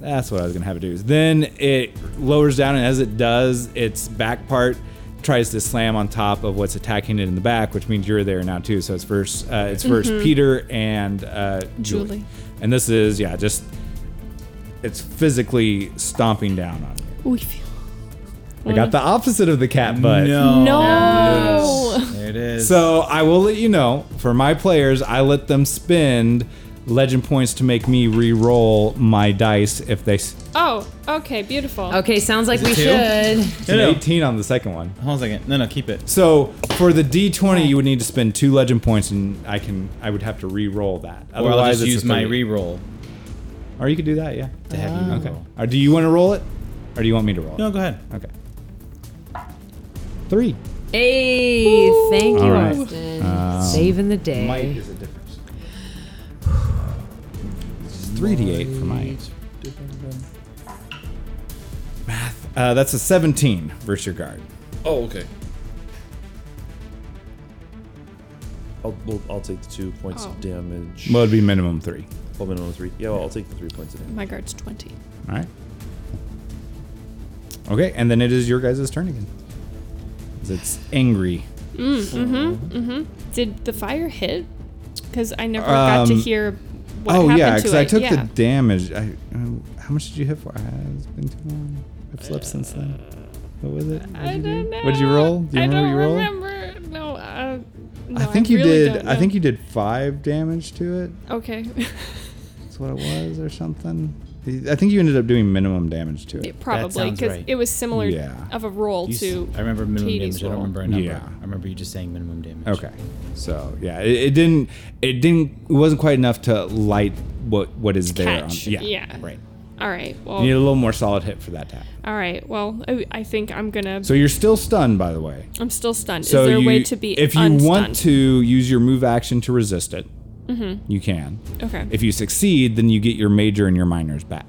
Speaker 2: That's what I was gonna have it do. Is then it lowers down, and as it does, its back part tries to slam on top of what's attacking it in the back, which means you're there now too. So it's first, uh, it's 1st Peter and uh, Julie.
Speaker 4: Julie.
Speaker 2: and this is yeah, just it's physically stomping down on you.
Speaker 4: We feel.
Speaker 2: I got the opposite of the cat butt.
Speaker 4: No.
Speaker 6: There it is.
Speaker 2: So I will let you know for my players, I let them spend legend points to make me re-roll my dice if they. s-
Speaker 4: Oh. Okay. Beautiful.
Speaker 3: Okay, sounds like we
Speaker 6: two?
Speaker 3: should.
Speaker 2: It's an 18 on the second one.
Speaker 6: Hold on a second. No, no, keep it.
Speaker 2: So for the D20, you would need to spend two legend points, and I can I would have to re-roll that.
Speaker 6: Or I'll just
Speaker 2: it's
Speaker 6: use
Speaker 2: a
Speaker 6: my
Speaker 2: 30.
Speaker 6: reroll
Speaker 2: Or you could do that, yeah.
Speaker 6: to have you
Speaker 2: Okay.
Speaker 6: reroll.
Speaker 2: Or do you want to roll it, or do you want me to roll?
Speaker 6: No,
Speaker 2: It?
Speaker 6: go ahead.
Speaker 2: Okay. Three.
Speaker 3: Hey, thank you,
Speaker 2: All right. Um,
Speaker 3: Austin. Saving the day.
Speaker 2: is a difference. Three D eight for my Math. Uh, that's a seventeen versus your guard.
Speaker 5: Oh, okay. I'll, well, I'll take the two points
Speaker 4: Oh.
Speaker 5: of damage.
Speaker 2: Well, it'd be minimum three.
Speaker 5: Well, minimum three. Yeah, well, I'll take the three points of damage.
Speaker 4: My guard's twenty.
Speaker 2: All right. Okay, and then it is your guys' turn again. 'Cause It's angry.
Speaker 4: Did the fire hit? Because I never got to
Speaker 2: Um,
Speaker 4: hear what
Speaker 2: oh
Speaker 4: happened
Speaker 2: yeah,
Speaker 4: to it.
Speaker 2: I took
Speaker 4: yeah.
Speaker 2: the damage. I, uh, how much did you hit for? Uh, it's been too long. I've slept since then. What was it? What'd
Speaker 4: I
Speaker 2: you do?
Speaker 4: don't know.
Speaker 2: What'd you roll? Do you
Speaker 4: I
Speaker 2: remember
Speaker 4: don't
Speaker 2: what you rolled?
Speaker 4: remember. No. Uh, no
Speaker 2: I think you
Speaker 4: really
Speaker 2: did.
Speaker 4: don't
Speaker 2: I think
Speaker 4: know.
Speaker 2: you did five damage to it.
Speaker 4: Okay.
Speaker 2: That's what it was, or something. I think you ended up doing minimum damage to it.
Speaker 4: It probably
Speaker 6: sounds
Speaker 4: because
Speaker 6: right.
Speaker 4: it was similar
Speaker 2: Yeah.
Speaker 4: of a roll
Speaker 6: You s-
Speaker 4: to.
Speaker 6: I remember minimum
Speaker 4: Katie's
Speaker 6: damage. I don't
Speaker 4: roll.
Speaker 6: remember a number.
Speaker 2: Yeah.
Speaker 6: I remember you just saying minimum damage.
Speaker 2: Okay. So yeah, it, it didn't. It didn't. It wasn't quite enough to light what what is there.
Speaker 4: Catch,
Speaker 2: On, yeah.
Speaker 4: yeah.
Speaker 2: Right.
Speaker 4: All right. Well.
Speaker 2: You need a little more solid hit for that attack.
Speaker 4: All right. Well, I, I think I'm gonna.
Speaker 2: So you're still stunned, by the way.
Speaker 4: I'm still stunned.
Speaker 2: So
Speaker 4: Is there
Speaker 2: you,
Speaker 4: a way to be
Speaker 2: if you
Speaker 4: unstunned? Mm-hmm.
Speaker 2: want to use your move action to resist it, you can.
Speaker 4: Okay.
Speaker 2: If you succeed, then you get your major and your minors back.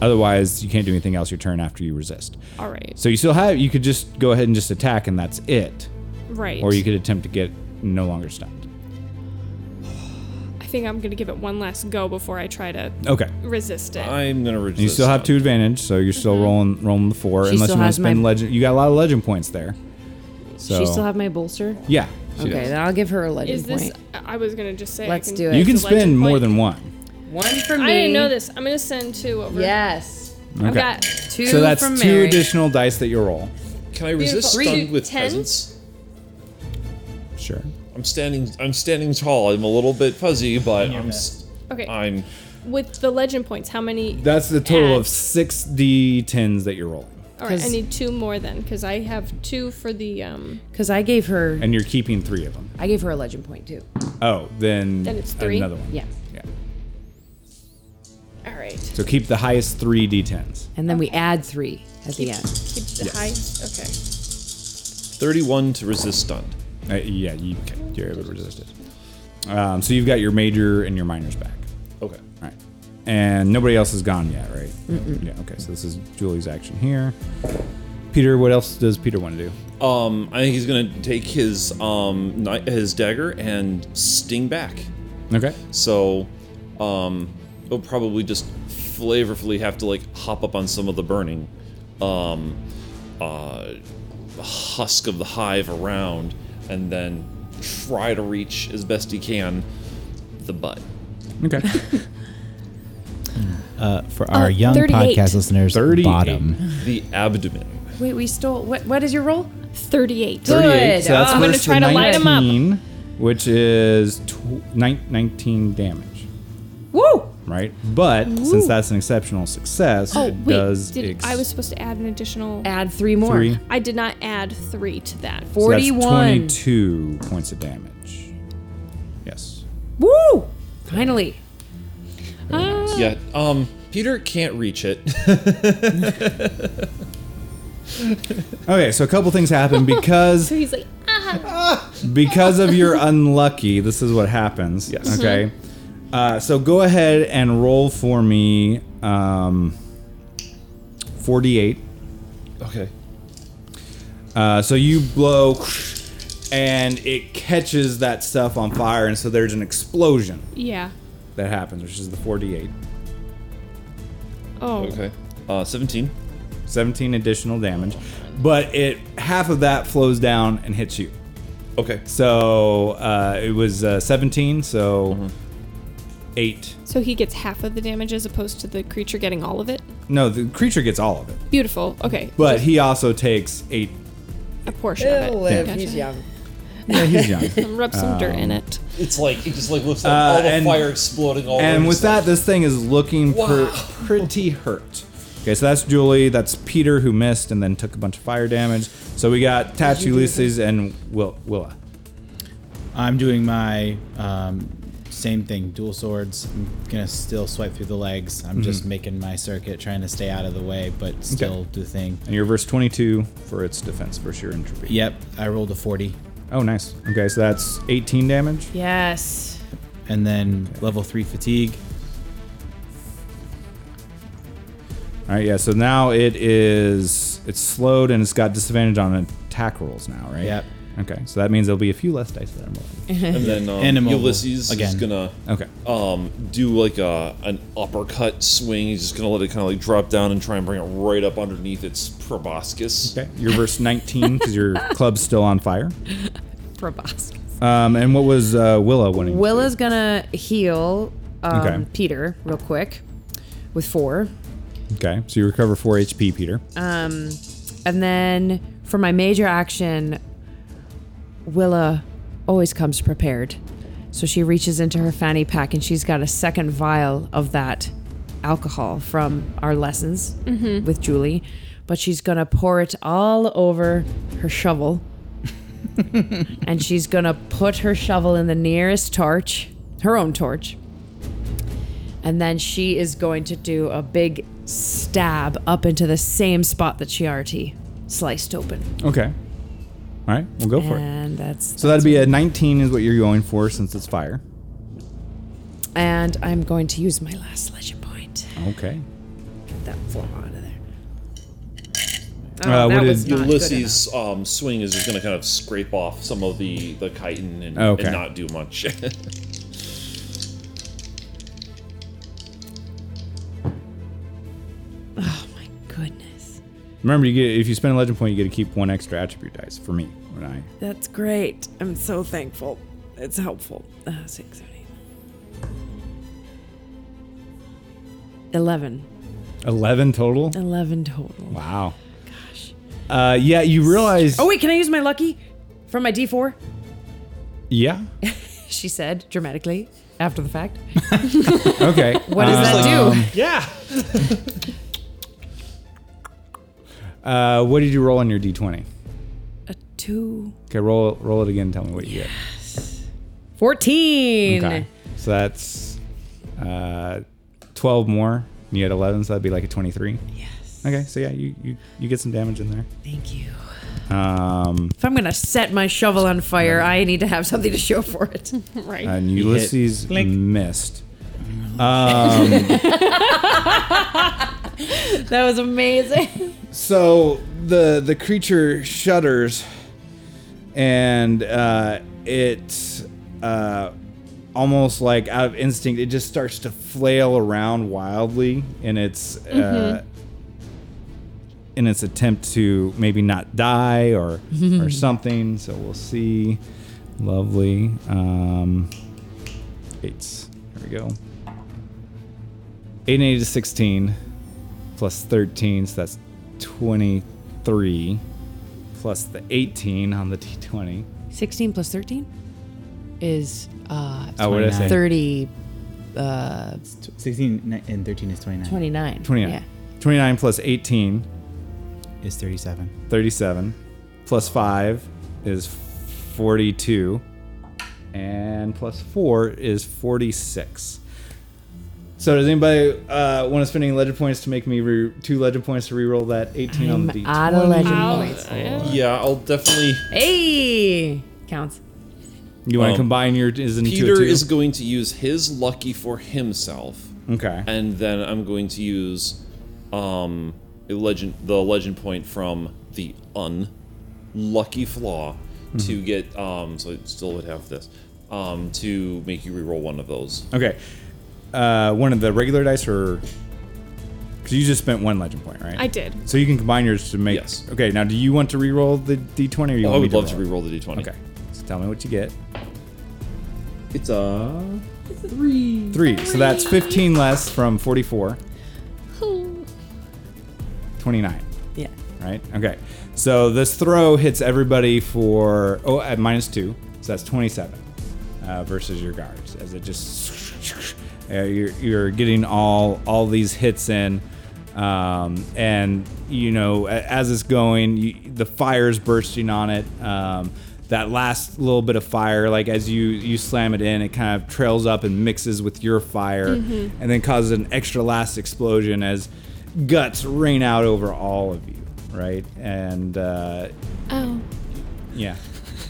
Speaker 2: Otherwise, you can't do anything else your turn after you resist.
Speaker 4: All right.
Speaker 2: So you still have. You could just go ahead and just attack, and that's it.
Speaker 4: right.
Speaker 2: Or you could attempt to get no longer stunned.
Speaker 4: I think I'm gonna give it one last go before I try to
Speaker 2: Okay.
Speaker 4: resist it.
Speaker 5: I'm gonna
Speaker 2: And you
Speaker 5: resist.
Speaker 2: still have two advantage, so you're still rolling rolling the four,
Speaker 3: Uh-huh. She
Speaker 2: unless
Speaker 3: still
Speaker 2: you want to
Speaker 3: has my-
Speaker 2: spend legend. You got a lot of legend points there. So
Speaker 3: She still have my bolster.
Speaker 2: yeah. she
Speaker 3: okay,
Speaker 2: does.
Speaker 3: then I'll give her a legend
Speaker 4: Is this?
Speaker 3: point.
Speaker 4: I was gonna just say. I
Speaker 3: Let's
Speaker 4: can-
Speaker 3: do it.
Speaker 2: You
Speaker 3: It's
Speaker 2: can
Speaker 4: a legend
Speaker 2: spend more
Speaker 4: point.
Speaker 2: than one.
Speaker 3: One for me.
Speaker 4: I didn't know this. I'm gonna send two over.
Speaker 3: Yes.
Speaker 4: I've
Speaker 2: Okay.
Speaker 4: got
Speaker 3: Two
Speaker 2: so that's
Speaker 3: from
Speaker 2: two
Speaker 3: Mary.
Speaker 2: additional dice that you roll.
Speaker 5: Can I resist
Speaker 3: Beautiful.
Speaker 5: stunned with
Speaker 3: Ten?
Speaker 5: peasants?
Speaker 2: Sure.
Speaker 5: I'm standing. I'm standing tall. I'm a little bit fuzzy, but I'm. s
Speaker 4: Okay.
Speaker 5: I'm.
Speaker 4: With the legend points, how many?
Speaker 2: That's the total of
Speaker 4: Add.
Speaker 2: six d tens that you're rolling,
Speaker 4: All right. I
Speaker 3: 'Cause-
Speaker 4: need two more then, because I have two for the. Um.
Speaker 3: Because I gave her,
Speaker 2: and you're keeping three of them.
Speaker 3: I gave her a legend point too.
Speaker 2: Oh, then
Speaker 4: Then it's three?
Speaker 2: Another one.
Speaker 3: Yeah.
Speaker 2: Yeah.
Speaker 4: All right.
Speaker 2: So keep the highest three d tens.
Speaker 3: And then we add three at the end.
Speaker 4: Keep the high.
Speaker 5: 31 to resist stunned.
Speaker 2: Uh, yeah, you, you're able to resist it. Um, so you've got your major and your minors back.
Speaker 5: Okay.
Speaker 2: All right. And nobody else is gone yet, right? Yeah. Okay. So this is Julie's action here. Peter, what else does Peter want to do?
Speaker 5: Um, I think he's gonna take his um knife, his dagger and sting back.
Speaker 2: Okay.
Speaker 5: So, um, he'll probably just flavorfully have to like hop up on some of the burning, um, uh, husk of the hive around, and then try to reach as best he can the butt.
Speaker 2: Okay.
Speaker 6: Uh, for
Speaker 4: Oh,
Speaker 6: our young
Speaker 4: 38.
Speaker 6: podcast listeners,
Speaker 2: 38.
Speaker 6: bottom.
Speaker 5: The abdomen.
Speaker 3: Wait, we stole. What? What is your roll?
Speaker 4: Thirty-eight.
Speaker 3: Good.
Speaker 2: So that's
Speaker 3: Oh, I'm
Speaker 4: gonna
Speaker 2: versus
Speaker 4: try
Speaker 2: the
Speaker 4: to light 'em up.
Speaker 2: 19, which is tw- nine- 19 damage,
Speaker 3: Woo!
Speaker 2: right? But since that's an exceptional success,
Speaker 4: Oh
Speaker 2: it
Speaker 4: wait.
Speaker 2: does.
Speaker 4: did,
Speaker 2: ex-
Speaker 4: I was supposed to add an additional.
Speaker 3: Add three more.
Speaker 2: Three.
Speaker 4: I did not add three to that.
Speaker 2: so that's
Speaker 3: 41.
Speaker 2: 22 points of damage. Yes.
Speaker 3: Woo! Finally.
Speaker 5: Yeah. Um, Peter can't reach it.
Speaker 2: Okay, so a couple things happen because
Speaker 4: So he's like, "Ah."
Speaker 2: because of your unlucky, this is what happens. Yes. Okay. Uh, so go ahead and roll for me um, 48.
Speaker 5: okay.
Speaker 2: Uh, so you blow and it catches that stuff on fire, and so there's an explosion
Speaker 4: yeah.
Speaker 2: that happens, which is the 48.
Speaker 4: Oh.
Speaker 5: Okay. Uh, 17.
Speaker 2: 17 additional damage, but it half of that flows down and hits you.
Speaker 5: Okay.
Speaker 2: So uh, it was uh, 17, so 8.
Speaker 4: So he gets half of the damage as opposed to the creature getting all of it.
Speaker 2: No, the creature gets all of it.
Speaker 4: Beautiful. Okay.
Speaker 2: But he also takes eight.
Speaker 4: a portion of it. Gotcha.
Speaker 3: young.
Speaker 2: Yeah, he's young.
Speaker 4: Rub some dirt in it.
Speaker 5: It's like it just like looks like
Speaker 2: all the Uh, and- fire
Speaker 5: exploding all
Speaker 2: and with that, this thing is looking per- pretty hurt. Okay, so that's Julie. That's Peter who missed and then took a bunch of fire damage. So we got Tats, Ulysses, and Will- Willa.
Speaker 6: I'm doing my um, same thing, dual swords. I'm gonna still swipe through the legs. I'm just making my circuit, trying to stay out of the way, but still do the thing.
Speaker 2: And your verse 22 for its defense versus your entropy.
Speaker 6: Yep, I rolled a 40,
Speaker 2: Oh, nice. Okay, so that's 18 damage.
Speaker 3: Yes.
Speaker 6: and then level three fatigue.
Speaker 2: All right, yeah, so now it is. It's slowed and it's got disadvantage on attack rolls now, right?
Speaker 6: Yep.
Speaker 2: Okay, so that means there'll be a few less dice that I'm rolling.
Speaker 5: and then um,
Speaker 6: Animal
Speaker 5: Ulysses is
Speaker 6: again.
Speaker 5: gonna
Speaker 2: Okay.
Speaker 5: um do like a an uppercut swing. He's just gonna let it kind of like drop down and try and bring it right up underneath its proboscis.
Speaker 2: Okay, your verse 19 because your club's still on fire.
Speaker 3: Proboscis.
Speaker 2: Um, and what was uh, Willa winning?
Speaker 3: Willa's gonna heal um,
Speaker 2: Okay.
Speaker 3: Peter real quick with four.
Speaker 2: Okay, so you recover four HP, Peter.
Speaker 3: Um, and then for my major action, Willa always comes prepared. So she reaches into her fanny pack and she's got a second vial of that alcohol from our lessons with Julie. But she's going to pour it all over her shovel. and she's going to put her shovel in the nearest torch, her own torch. And then she is going to do a big stab up into the same spot that she already sliced open.
Speaker 2: Okay. All right, we'll go for it.
Speaker 3: and that's
Speaker 2: So that'd be a 19 is what you're going for since it's fire.
Speaker 3: and I'm going to use my last legend point.
Speaker 2: Okay.
Speaker 3: Get that floor out of there. Oh,
Speaker 2: Uh,
Speaker 3: that
Speaker 2: what
Speaker 3: was
Speaker 2: did-
Speaker 3: not good
Speaker 5: Ulysses' um, swing is just going to kind of scrape off some of the the chitin and,
Speaker 2: Okay.
Speaker 5: and not do much.
Speaker 3: Oh my goodness.
Speaker 2: Remember, you get if you spend a legend point, you get to keep one extra attribute dice for me when I
Speaker 3: That's great. I'm so thankful. It's helpful. Uh, six, seven, eight. Eleven.
Speaker 2: 11 total.
Speaker 3: 11 total.
Speaker 2: Wow. Gosh. Uh, yeah, you realize.
Speaker 3: Oh, wait, can I use my lucky from my D4?
Speaker 2: Yeah.
Speaker 3: She said dramatically after the fact.
Speaker 2: Okay.
Speaker 3: What does that do?
Speaker 2: um,
Speaker 5: yeah.
Speaker 2: Uh, what did you roll on your d20?
Speaker 3: A two.
Speaker 2: Okay, roll roll it again. and Tell me what you
Speaker 3: 14.
Speaker 2: get. Okay. So that's uh, 12 more. and You had 11, so that'd be like a 23. Yes. Okay, so yeah, you you, you get some damage in there.
Speaker 3: Thank you.
Speaker 2: Um,
Speaker 3: If I'm going to set my shovel on fire, I need to have something to show for it.
Speaker 4: Right.
Speaker 2: and Ulysses missed.
Speaker 3: that was amazing.
Speaker 2: So the the creature shudders, and uh, it uh, almost like out of instinct, it just starts to flail around wildly in its uh, in its attempt to maybe not die or or something. So we'll see. Lovely. Um, eights. There we go. Eight and eight is sixteen plus 13, so that's 23, plus the 18 on the d20.
Speaker 3: 16 plus 13 is uh,
Speaker 2: Oh, what did I say?
Speaker 3: 30, uh,
Speaker 6: Tw- 16 ni- and 13 is 29.
Speaker 3: 29.
Speaker 2: 29. 29 plus 18,
Speaker 6: Is 37.
Speaker 2: 37, plus 5 is 42, and plus 4 is 46. So does anybody uh, want to spend any legend points to make me re- two legend points to reroll that 18 on the d20?
Speaker 3: out of legend
Speaker 4: Ow,
Speaker 3: points.
Speaker 4: yeah.
Speaker 5: Yeah, I'll definitely.
Speaker 3: Hey! Counts.
Speaker 2: You want to
Speaker 5: Um,
Speaker 2: combine your is into a
Speaker 5: Peter
Speaker 2: two?
Speaker 5: is going to use his lucky for himself,
Speaker 2: okay.
Speaker 5: and then I'm going to use um a legend the legend point from the unlucky flaw
Speaker 2: Mm-hmm.
Speaker 5: to get um so it still would have this um to make you reroll one of those.
Speaker 2: Okay. Uh, one of the regular dice or because you just spent one legend point, right?
Speaker 4: I did.
Speaker 2: So you can combine yours to make.
Speaker 5: Yes.
Speaker 2: Okay. Now, do you want to re-roll the d20, or you
Speaker 5: Oh, I
Speaker 2: want me
Speaker 5: would love to
Speaker 2: roll
Speaker 5: reroll the d20.
Speaker 2: it? Okay. So tell me what you get.
Speaker 5: It's uh, a
Speaker 2: Three. So that's 15 less from 44. 29.
Speaker 3: Yeah.
Speaker 2: Right. Okay. So this throw hits everybody for oh at minus two, so that's 27 uh, versus your guards as it just uh, you're, you're getting all all these hits in, um, and you know a- as it's going, you, the fire's bursting on it. Um, that last little bit of fire, like as you you slam it in, it kind of trails up and mixes with your fire, and then causes an extra last explosion as guts rain out over all of you, right? And uh,
Speaker 4: Oh.
Speaker 2: yeah,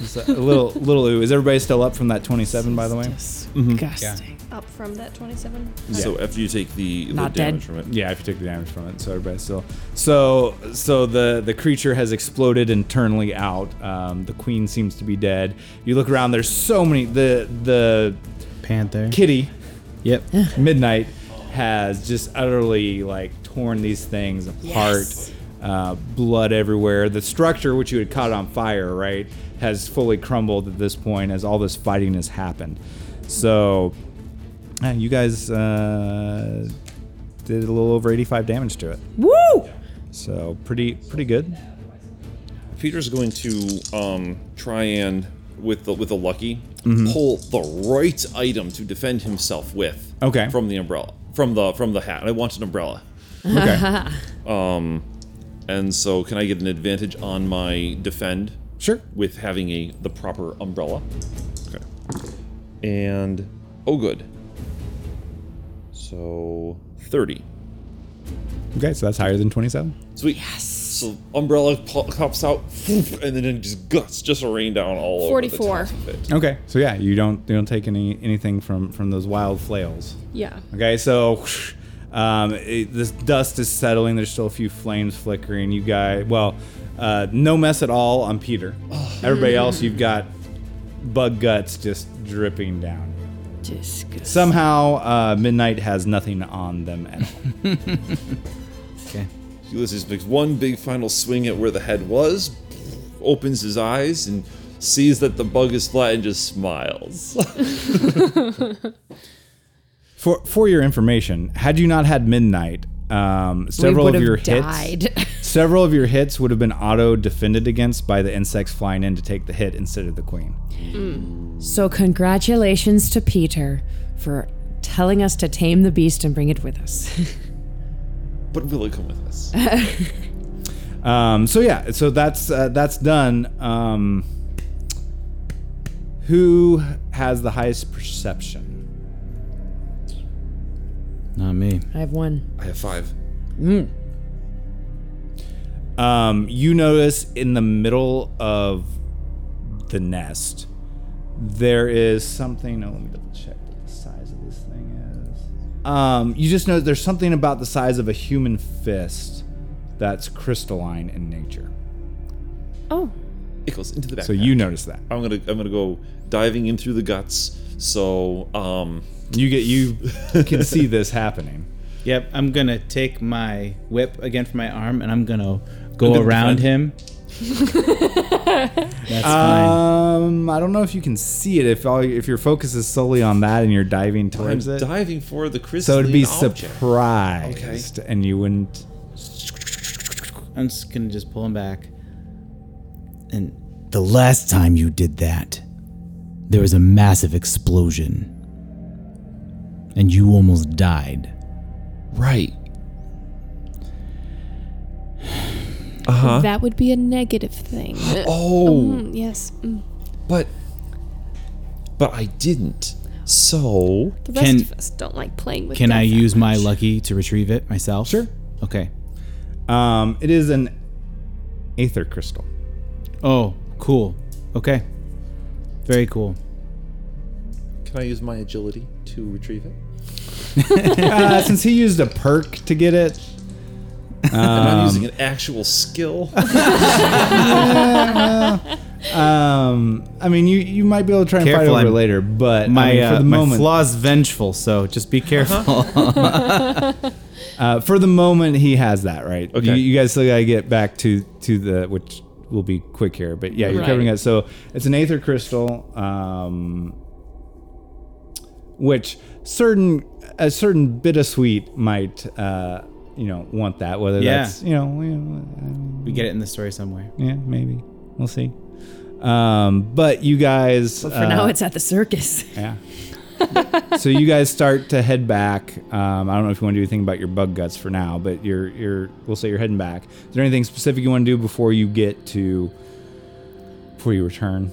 Speaker 2: It's a little little ooh. Is everybody still up from that twenty-seven? By the way, Mm-hmm.
Speaker 3: Disgusting.
Speaker 8: Up from that 27.
Speaker 5: so after you take the, the
Speaker 3: Not
Speaker 5: damage
Speaker 3: dead.
Speaker 5: from it.
Speaker 2: yeah, if you took the damage from it, so everybody's still. So so the the creature has exploded internally out. Um, the queen seems to be dead. You look around. There's so many. The the
Speaker 6: Panther.
Speaker 2: kitty
Speaker 6: Yep.
Speaker 2: midnight has just utterly like torn these things apart
Speaker 3: Yes.
Speaker 2: uh, blood everywhere the structure which you had caught on fire right has fully crumbled at this point as all this fighting has happened so uh, you guys uh, did a little over 85 damage to it
Speaker 3: Woo!
Speaker 2: so pretty pretty good
Speaker 5: Peter's going to um, try and with the with the lucky
Speaker 2: Mm-hmm.
Speaker 5: pull the right item to defend himself with.
Speaker 2: Okay.
Speaker 5: From the umbrella, from the from the hat. I want an umbrella,
Speaker 2: okay
Speaker 5: and so can I get an advantage on my defend
Speaker 2: sure
Speaker 5: with having a the proper umbrella? Okay. And oh, good. So 30.
Speaker 2: Okay, so that's higher than 27.
Speaker 5: Sweet. Yes. So umbrella po- pops out, and then it just gusts just rain down all over
Speaker 4: 44.
Speaker 5: the top of it.
Speaker 2: Okay, so yeah, you don't you don't take any anything from from those wild flails.
Speaker 4: Yeah.
Speaker 2: Okay, so whoosh, um, it, this dust is settling. There's still a few flames flickering. You guys, well, uh, no mess at all on Peter. Everybody else, you've got bug guts just dripping down.
Speaker 3: Disgust.
Speaker 2: Somehow, uh, Midnight has nothing on them at all.
Speaker 6: Okay.
Speaker 5: Ulysses makes one big final swing at where the head was, opens his eyes, and sees that the bug is flat and just smiles.
Speaker 2: For for your information, had you not had Midnight, um, several
Speaker 3: would
Speaker 2: of
Speaker 3: have
Speaker 2: your
Speaker 3: died.
Speaker 2: hits, several of your hits would have been auto defended against by the insects flying in to take the hit instead of the queen.
Speaker 3: So, congratulations to Peter for telling us to tame the beast and bring it with us.
Speaker 5: But will it come with us?
Speaker 2: Um, so yeah, so that's uh, that's done. Um, who has the highest perception?
Speaker 6: Not me.
Speaker 3: I have one.
Speaker 5: I have five.
Speaker 2: Um, you notice in the middle of the nest, there is something. Oh, let me double check what the size of this thing is. Um, you just know there's something about the size of a human fist that's crystalline in nature.
Speaker 4: Oh,
Speaker 5: It goes into the back.
Speaker 2: So you notice that.
Speaker 5: I'm gonna I'm gonna go diving in through the guts. So um,
Speaker 2: You get you can see this happening.
Speaker 6: Yep, I'm gonna take my whip again from my arm, and I'm gonna go
Speaker 5: Under the
Speaker 6: around
Speaker 5: bed.
Speaker 6: him. That's fine.
Speaker 2: Um, I don't know if you can see it if all if your focus is solely on that and you're diving
Speaker 5: I'm
Speaker 2: towards it.
Speaker 5: diving for the crystal.
Speaker 2: so it'd be
Speaker 5: object.
Speaker 2: surprised, and you wouldn't.
Speaker 6: I'm just gonna just pull him back. And the last time you did that, there was a massive explosion, and you almost died.
Speaker 5: right.
Speaker 4: that would be a negative thing.
Speaker 5: Uh-huh. Oh,
Speaker 4: Mm, yes. Mm.
Speaker 5: but but I didn't. So
Speaker 4: The rest
Speaker 6: Can-
Speaker 4: of us don't like playing with
Speaker 6: Can I
Speaker 4: death.
Speaker 6: use my lucky to retrieve it myself? Sure. Okay.
Speaker 2: Um, it is an aether crystal.
Speaker 6: Oh, cool. Okay. Very cool.
Speaker 5: can I use my agility to retrieve it?
Speaker 2: Uh, since he used a perk to get it,
Speaker 5: I'm not using an actual skill.
Speaker 2: um, I mean, you you might be able to try and
Speaker 6: Careful,
Speaker 2: fight over
Speaker 6: I'm-
Speaker 2: later, but I
Speaker 6: My,
Speaker 2: mean, for
Speaker 6: uh,
Speaker 2: the
Speaker 6: my
Speaker 2: moment, Uh-huh.
Speaker 6: flaw's vengeful, so just be careful.
Speaker 2: uh, for the moment, he has that right.
Speaker 5: Okay.
Speaker 2: You, you guys still gotta get back to to the which will be quick here, but yeah, you're
Speaker 4: Right.
Speaker 2: covering it. So it's an aether crystal, um, which certain a certain bittersweet might uh, you know want that. Whether
Speaker 6: Yeah.
Speaker 2: that's you know, you know
Speaker 6: we get it in the story somewhere.
Speaker 2: yeah, maybe we'll see. Um, but you guys,
Speaker 3: But for now, it's at the circus.
Speaker 2: yeah. so you guys start to head back. Um, I don't know if you want to do anything about your bug guts for now, but you're you're we'll say you're heading back. Is there anything specific you want to do before you get to before you return?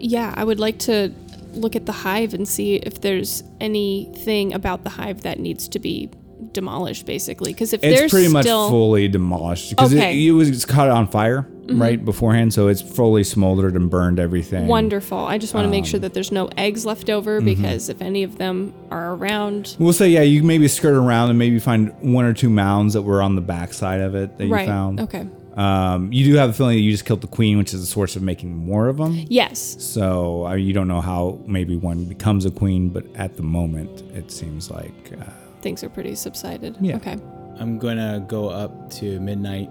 Speaker 4: Yeah, I would like to look at the hive and see if there's anything about the hive that needs to be demolished, basically. Because if
Speaker 2: It's
Speaker 4: there's
Speaker 2: pretty much
Speaker 4: still
Speaker 2: fully demolished because
Speaker 4: Okay. Mm-hmm.
Speaker 2: it, it was caught on fire right beforehand, so it's fully smoldered and burned everything.
Speaker 4: wonderful, I just want to make sure that there's no eggs left over because if any of them are around,
Speaker 2: We'll say yeah, you maybe skirt around and maybe find one or two mounds that were on the backside of it that
Speaker 4: right?
Speaker 2: you found.
Speaker 4: Okay.
Speaker 2: Um, you do have a feeling that you just killed the queen, which is a source of making more of them.
Speaker 4: Yes.
Speaker 2: So uh, you don't know how maybe one becomes a queen, but at the moment, it seems like uh,
Speaker 4: things are pretty subsided.
Speaker 2: Yeah.
Speaker 4: Okay.
Speaker 6: I'm gonna go up to midnight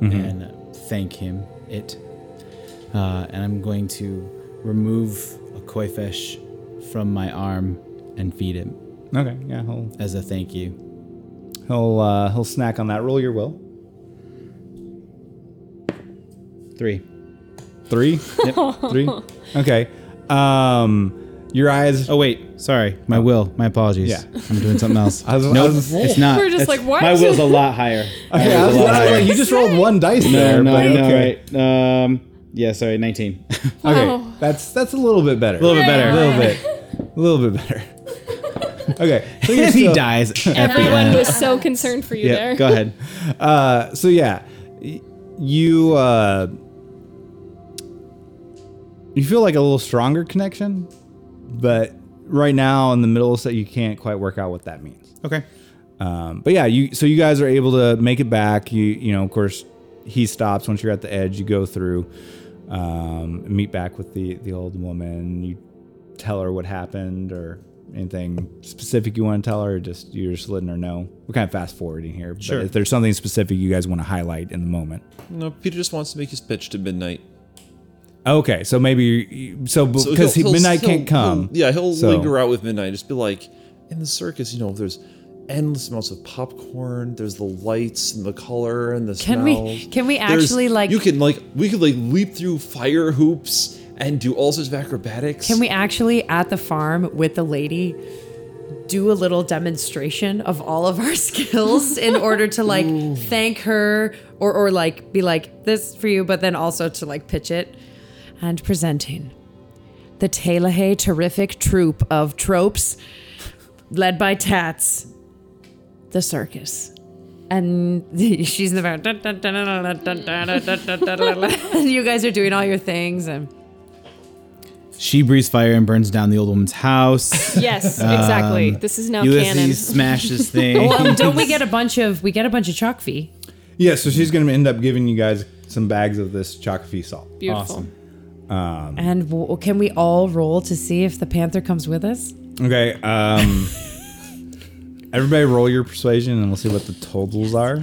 Speaker 2: Mm-hmm.
Speaker 6: and thank him. It, uh, and I'm going to remove a koi fish from my arm and feed him
Speaker 2: uh, okay, yeah, he'll
Speaker 6: as a thank you.
Speaker 2: he'll uh, he'll snack on that. Roll your will.
Speaker 6: Three.
Speaker 2: Three, three. Okay. Um, your eyes.
Speaker 6: Oh wait, sorry. My will. My apologies.
Speaker 2: Yeah.
Speaker 6: I'm doing something else.
Speaker 2: I was- I
Speaker 6: nope,
Speaker 2: was-
Speaker 6: it's not.
Speaker 4: We're just
Speaker 6: It's-
Speaker 4: like, what?
Speaker 6: My will's a lot higher.
Speaker 2: Okay, I was like, "Oh, you just rolled one dice
Speaker 6: No,
Speaker 2: there.
Speaker 6: no,
Speaker 2: but
Speaker 6: I know,
Speaker 2: okay.
Speaker 6: right? Um, yeah, sorry, 19. a
Speaker 2: Okay,
Speaker 4: Wow.
Speaker 2: that's that's a little bit better. A
Speaker 6: little bit better.
Speaker 2: little bit, a little bit better. Okay. So you're
Speaker 6: he
Speaker 2: still-
Speaker 6: dies. at the
Speaker 4: Everyone
Speaker 6: end.
Speaker 4: was so concerned for you
Speaker 2: Yeah,
Speaker 4: there.
Speaker 6: Go ahead.
Speaker 2: Uh, so yeah, y- you uh, you feel like a little stronger connection, but right now in the middle of set, you can't quite work out what that means.
Speaker 6: Okay.
Speaker 2: Um, but yeah, you so you guys are able to make it back. You you know, of course, he stops once you're at the edge. You go through, um, meet back with the the old woman. You tell her what happened or anything specific you want to tell her. Or just you're just letting her know. We're kind of fast forwarding here. Sure. But if there's something specific you guys want to highlight in the moment.
Speaker 5: No, Peter just wants to make his pitch to midnight.
Speaker 2: Okay, so maybe you, so
Speaker 5: So
Speaker 2: because
Speaker 5: he'll-
Speaker 2: he,
Speaker 5: he'll-
Speaker 2: midnight
Speaker 5: he'll-
Speaker 2: can't come.
Speaker 5: he'll- yeah, he'll
Speaker 2: so-
Speaker 5: linger out with midnight. Just be like, in the circus, you know, there's endless amounts of popcorn. There's the lights and the color and the
Speaker 3: Can we-
Speaker 5: smells.
Speaker 3: can we
Speaker 5: There's-
Speaker 3: actually, like-
Speaker 5: you can like we could like leap through fire hoops and do all sorts of acrobatics.
Speaker 3: Can we actually at the farm with the lady do a little demonstration of all of our skills in order to like thank her or or like be like this for you, but then also to like pitch it and presenting the Talahay terrific troupe of tropes led by Tats, the circus. And she's in the background. and you guys are doing all your things and
Speaker 6: She breathes fire and burns down the old woman's house.
Speaker 4: Yes, exactly.
Speaker 2: Um,
Speaker 4: this is now
Speaker 6: Ulysses
Speaker 4: canon.
Speaker 6: smashes thing.
Speaker 3: well, Oh, um, don't we get a bunch of we get a bunch of chalk fee?
Speaker 2: Yeah, so she's gonna end up giving you guys some bags of this chocolatey salt.
Speaker 4: Beautiful.
Speaker 3: And w- can we all roll to see if the panther comes with us?
Speaker 2: Okay. Um, everybody, roll your persuasion, and we'll see what the totals are.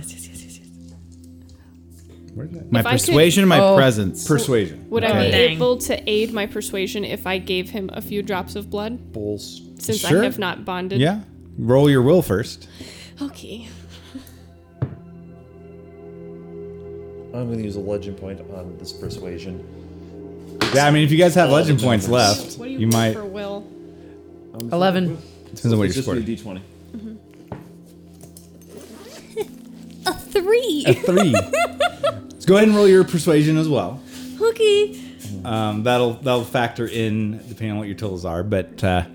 Speaker 2: Where's that?
Speaker 6: my
Speaker 4: I could-
Speaker 6: persuasion, my
Speaker 3: Oh.
Speaker 6: presence.
Speaker 2: Persuasion.
Speaker 4: Would I be
Speaker 3: Dang.
Speaker 4: able to aid my persuasion if I gave him a few drops of blood?
Speaker 5: Bulls.
Speaker 4: Since
Speaker 2: Sure.
Speaker 4: I have not bonded.
Speaker 2: Yeah. Roll your will first.
Speaker 4: Okay.
Speaker 5: I'm going to use a legend point on this persuasion.
Speaker 2: Yeah, I mean, if you guys have legend points left,
Speaker 4: What do
Speaker 2: you,
Speaker 4: you, want
Speaker 2: might.
Speaker 4: for will?
Speaker 3: Eleven.
Speaker 2: Depends on what
Speaker 5: It's
Speaker 2: you're
Speaker 5: just a
Speaker 2: sporting.
Speaker 5: d20.
Speaker 8: A three.
Speaker 2: A three. Let's go ahead and roll your persuasion as well.
Speaker 8: okay.
Speaker 2: Um, that'll that'll factor in depending on what your totals are, but uh,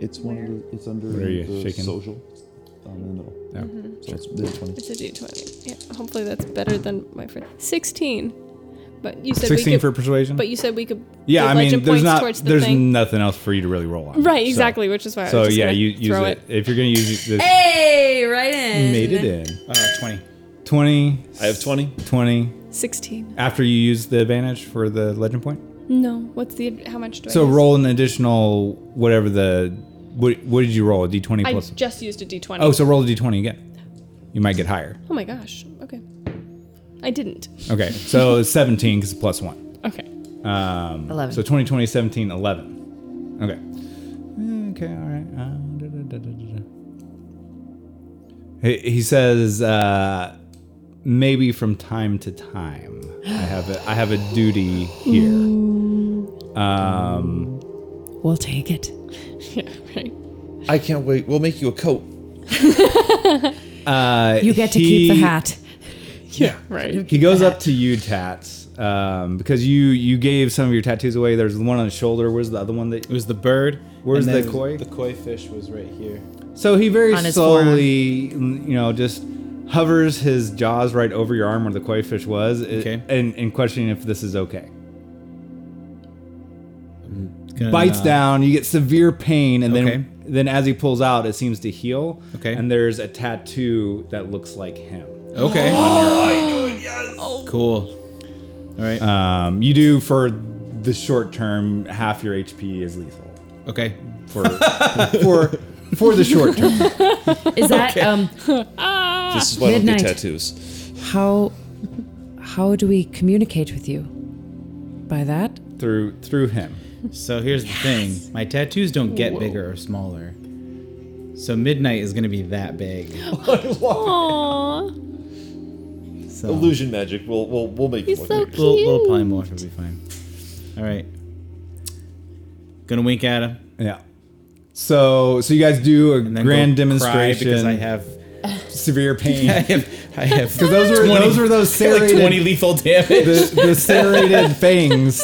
Speaker 5: It's one. Of the, it's under
Speaker 2: Where are you,
Speaker 5: the
Speaker 2: shaking?
Speaker 5: social. Down in the middle.
Speaker 2: yeah.
Speaker 5: So it's there's 20.
Speaker 4: It's a d20. Yeah, hopefully that's better than my friend. 16. But you said we
Speaker 2: sixteen
Speaker 4: could,
Speaker 2: for persuasion.
Speaker 4: But you said we could.
Speaker 2: yeah,
Speaker 4: give
Speaker 2: I mean,
Speaker 4: legend
Speaker 2: there's
Speaker 4: points
Speaker 2: not
Speaker 4: towards the
Speaker 2: there's
Speaker 4: thing.
Speaker 2: nothing else for you to really roll on.
Speaker 4: right,
Speaker 2: So-
Speaker 4: exactly, which is why. I
Speaker 2: So
Speaker 4: was just
Speaker 2: yeah,
Speaker 4: gonna
Speaker 2: you use
Speaker 4: throw
Speaker 2: it. if you're gonna use it. This,
Speaker 3: Hey, right in.
Speaker 2: made it in.
Speaker 6: Uh, 20.
Speaker 2: 20,
Speaker 5: I have 20.
Speaker 2: 20
Speaker 4: 16.
Speaker 2: after you use the advantage for the legend point.
Speaker 4: No, what's the how much do I?
Speaker 2: So
Speaker 4: use?
Speaker 2: roll an additional whatever the what, what did you roll? A d20
Speaker 4: I
Speaker 2: plus.
Speaker 4: just used a d20.
Speaker 2: oh, so roll a d20 again. You might get higher.
Speaker 4: Oh my gosh. Okay. I didn't.
Speaker 2: Okay. So it's 17 cuz plus 1.
Speaker 4: Okay.
Speaker 2: Um
Speaker 3: Eleven.
Speaker 2: so 20 20 17 11. Okay. Okay, all right. Uh, da, da, da, da, da, da. He, he says uh maybe from time to time I have a, I have a duty here.
Speaker 3: We'll take it.
Speaker 4: Yeah. Right.
Speaker 5: I can't wait. We'll make you a coat.
Speaker 3: You get to keep
Speaker 2: Uh,
Speaker 3: the
Speaker 2: he-
Speaker 3: hat.
Speaker 4: Yeah. Right.
Speaker 2: He goes up to you, Tats, um, because you you gave some of your tattoos away. There's one on his shoulder. Where's the other one that?
Speaker 6: It was the bird.
Speaker 2: Where's
Speaker 6: and then
Speaker 2: the koi?
Speaker 6: The koi fish was right here.
Speaker 2: So he very
Speaker 3: On his
Speaker 2: slowly, mm, you know, just hovers his jaws right over your arm where the koi fish was, i-
Speaker 6: Okay.
Speaker 2: and and questioning if this is okay.
Speaker 6: Gonna-
Speaker 2: Bites down. You get severe pain, and
Speaker 6: Okay.
Speaker 2: then then as he pulls out, it seems to heal.
Speaker 6: Okay.
Speaker 2: And there's a tattoo that looks like him.
Speaker 6: Oh, Okay.
Speaker 2: Oh.
Speaker 6: Cool. All right.
Speaker 2: Um, you do for the short term, half your HP is lethal.
Speaker 6: okay.
Speaker 2: for for for the short term.
Speaker 3: Is that um
Speaker 5: This is why I don't
Speaker 3: Midnight.
Speaker 5: get tattoos.
Speaker 3: how how do we communicate with you? By that?
Speaker 2: through through him.
Speaker 6: So here's the thing my tattoos don't get bigger or smaller. So midnight is going to be that big.
Speaker 4: Aww.
Speaker 6: So
Speaker 5: Illusion magic. We'll we'll we'll make
Speaker 4: He's
Speaker 5: it look
Speaker 4: so
Speaker 5: big.
Speaker 4: cute.
Speaker 6: Little, little polymorph will be fine. All right. Gonna wink at him.
Speaker 2: Yeah. So so you guys do a
Speaker 6: and then
Speaker 2: grand
Speaker 6: go cry
Speaker 2: demonstration
Speaker 6: because I have
Speaker 2: severe
Speaker 6: I
Speaker 2: pain.
Speaker 6: have I have
Speaker 2: Because those were
Speaker 6: 20
Speaker 2: those were those
Speaker 6: like
Speaker 2: serrated
Speaker 6: twenty lethal damage.
Speaker 2: the, the serrated fangs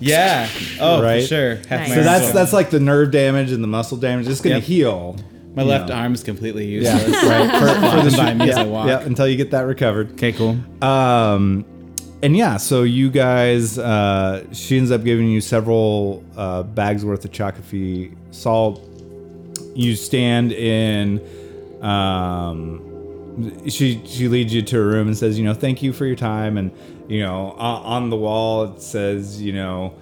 Speaker 6: Yeah. Oh, for sure. Half my
Speaker 2: so
Speaker 6: arm's
Speaker 2: that's
Speaker 6: gone.
Speaker 2: that's like the nerve damage and the muscle damage. It's going
Speaker 6: Yep.
Speaker 2: to heal.
Speaker 6: My
Speaker 2: you
Speaker 6: left
Speaker 2: know.
Speaker 6: arm's completely
Speaker 2: Yeah,
Speaker 6: useless.
Speaker 2: right. For, for the
Speaker 6: by me as
Speaker 2: yeah,
Speaker 6: I walk.
Speaker 2: yeah, until you get that recovered.
Speaker 6: Okay, cool.
Speaker 2: Um, and yeah, so you guys, uh, she ends up giving you several uh, bags worth of Chakafi salt. You stand in. Um, she she leads you to a room and says, you know, thank you for your time. And you know, o- on the wall it says, you know.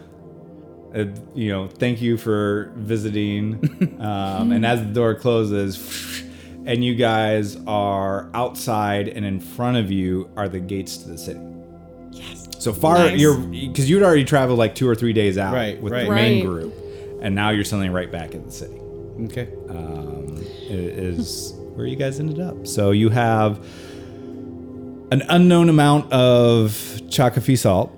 Speaker 2: Uh, you know, thank you for visiting. Um, and as the door closes, and you guys are outside, and in front of you are the gates to the city. Yes. So far,
Speaker 4: Nice.
Speaker 2: you're because you'd already traveled like two or three days out
Speaker 6: Right,
Speaker 2: with
Speaker 6: right.
Speaker 2: the main
Speaker 4: Right.
Speaker 2: group, and now you're suddenly right back in the city.
Speaker 6: Okay.
Speaker 2: Um, i- is where you guys ended up. So you have an unknown amount of chakafi salt.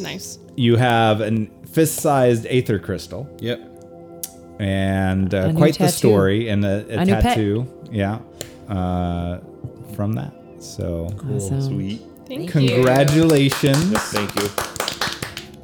Speaker 4: Nice.
Speaker 2: You have an fist-sized aether crystal
Speaker 6: Yep.
Speaker 2: and
Speaker 3: A
Speaker 2: uh,
Speaker 3: new
Speaker 2: quite the
Speaker 3: tattoo.
Speaker 2: story and a, a,
Speaker 3: A new pet.
Speaker 2: tattoo. Yeah, uh, from that. So
Speaker 3: Awesome.
Speaker 5: Sweet.
Speaker 4: Thank you.
Speaker 2: congratulations.
Speaker 5: Thank you.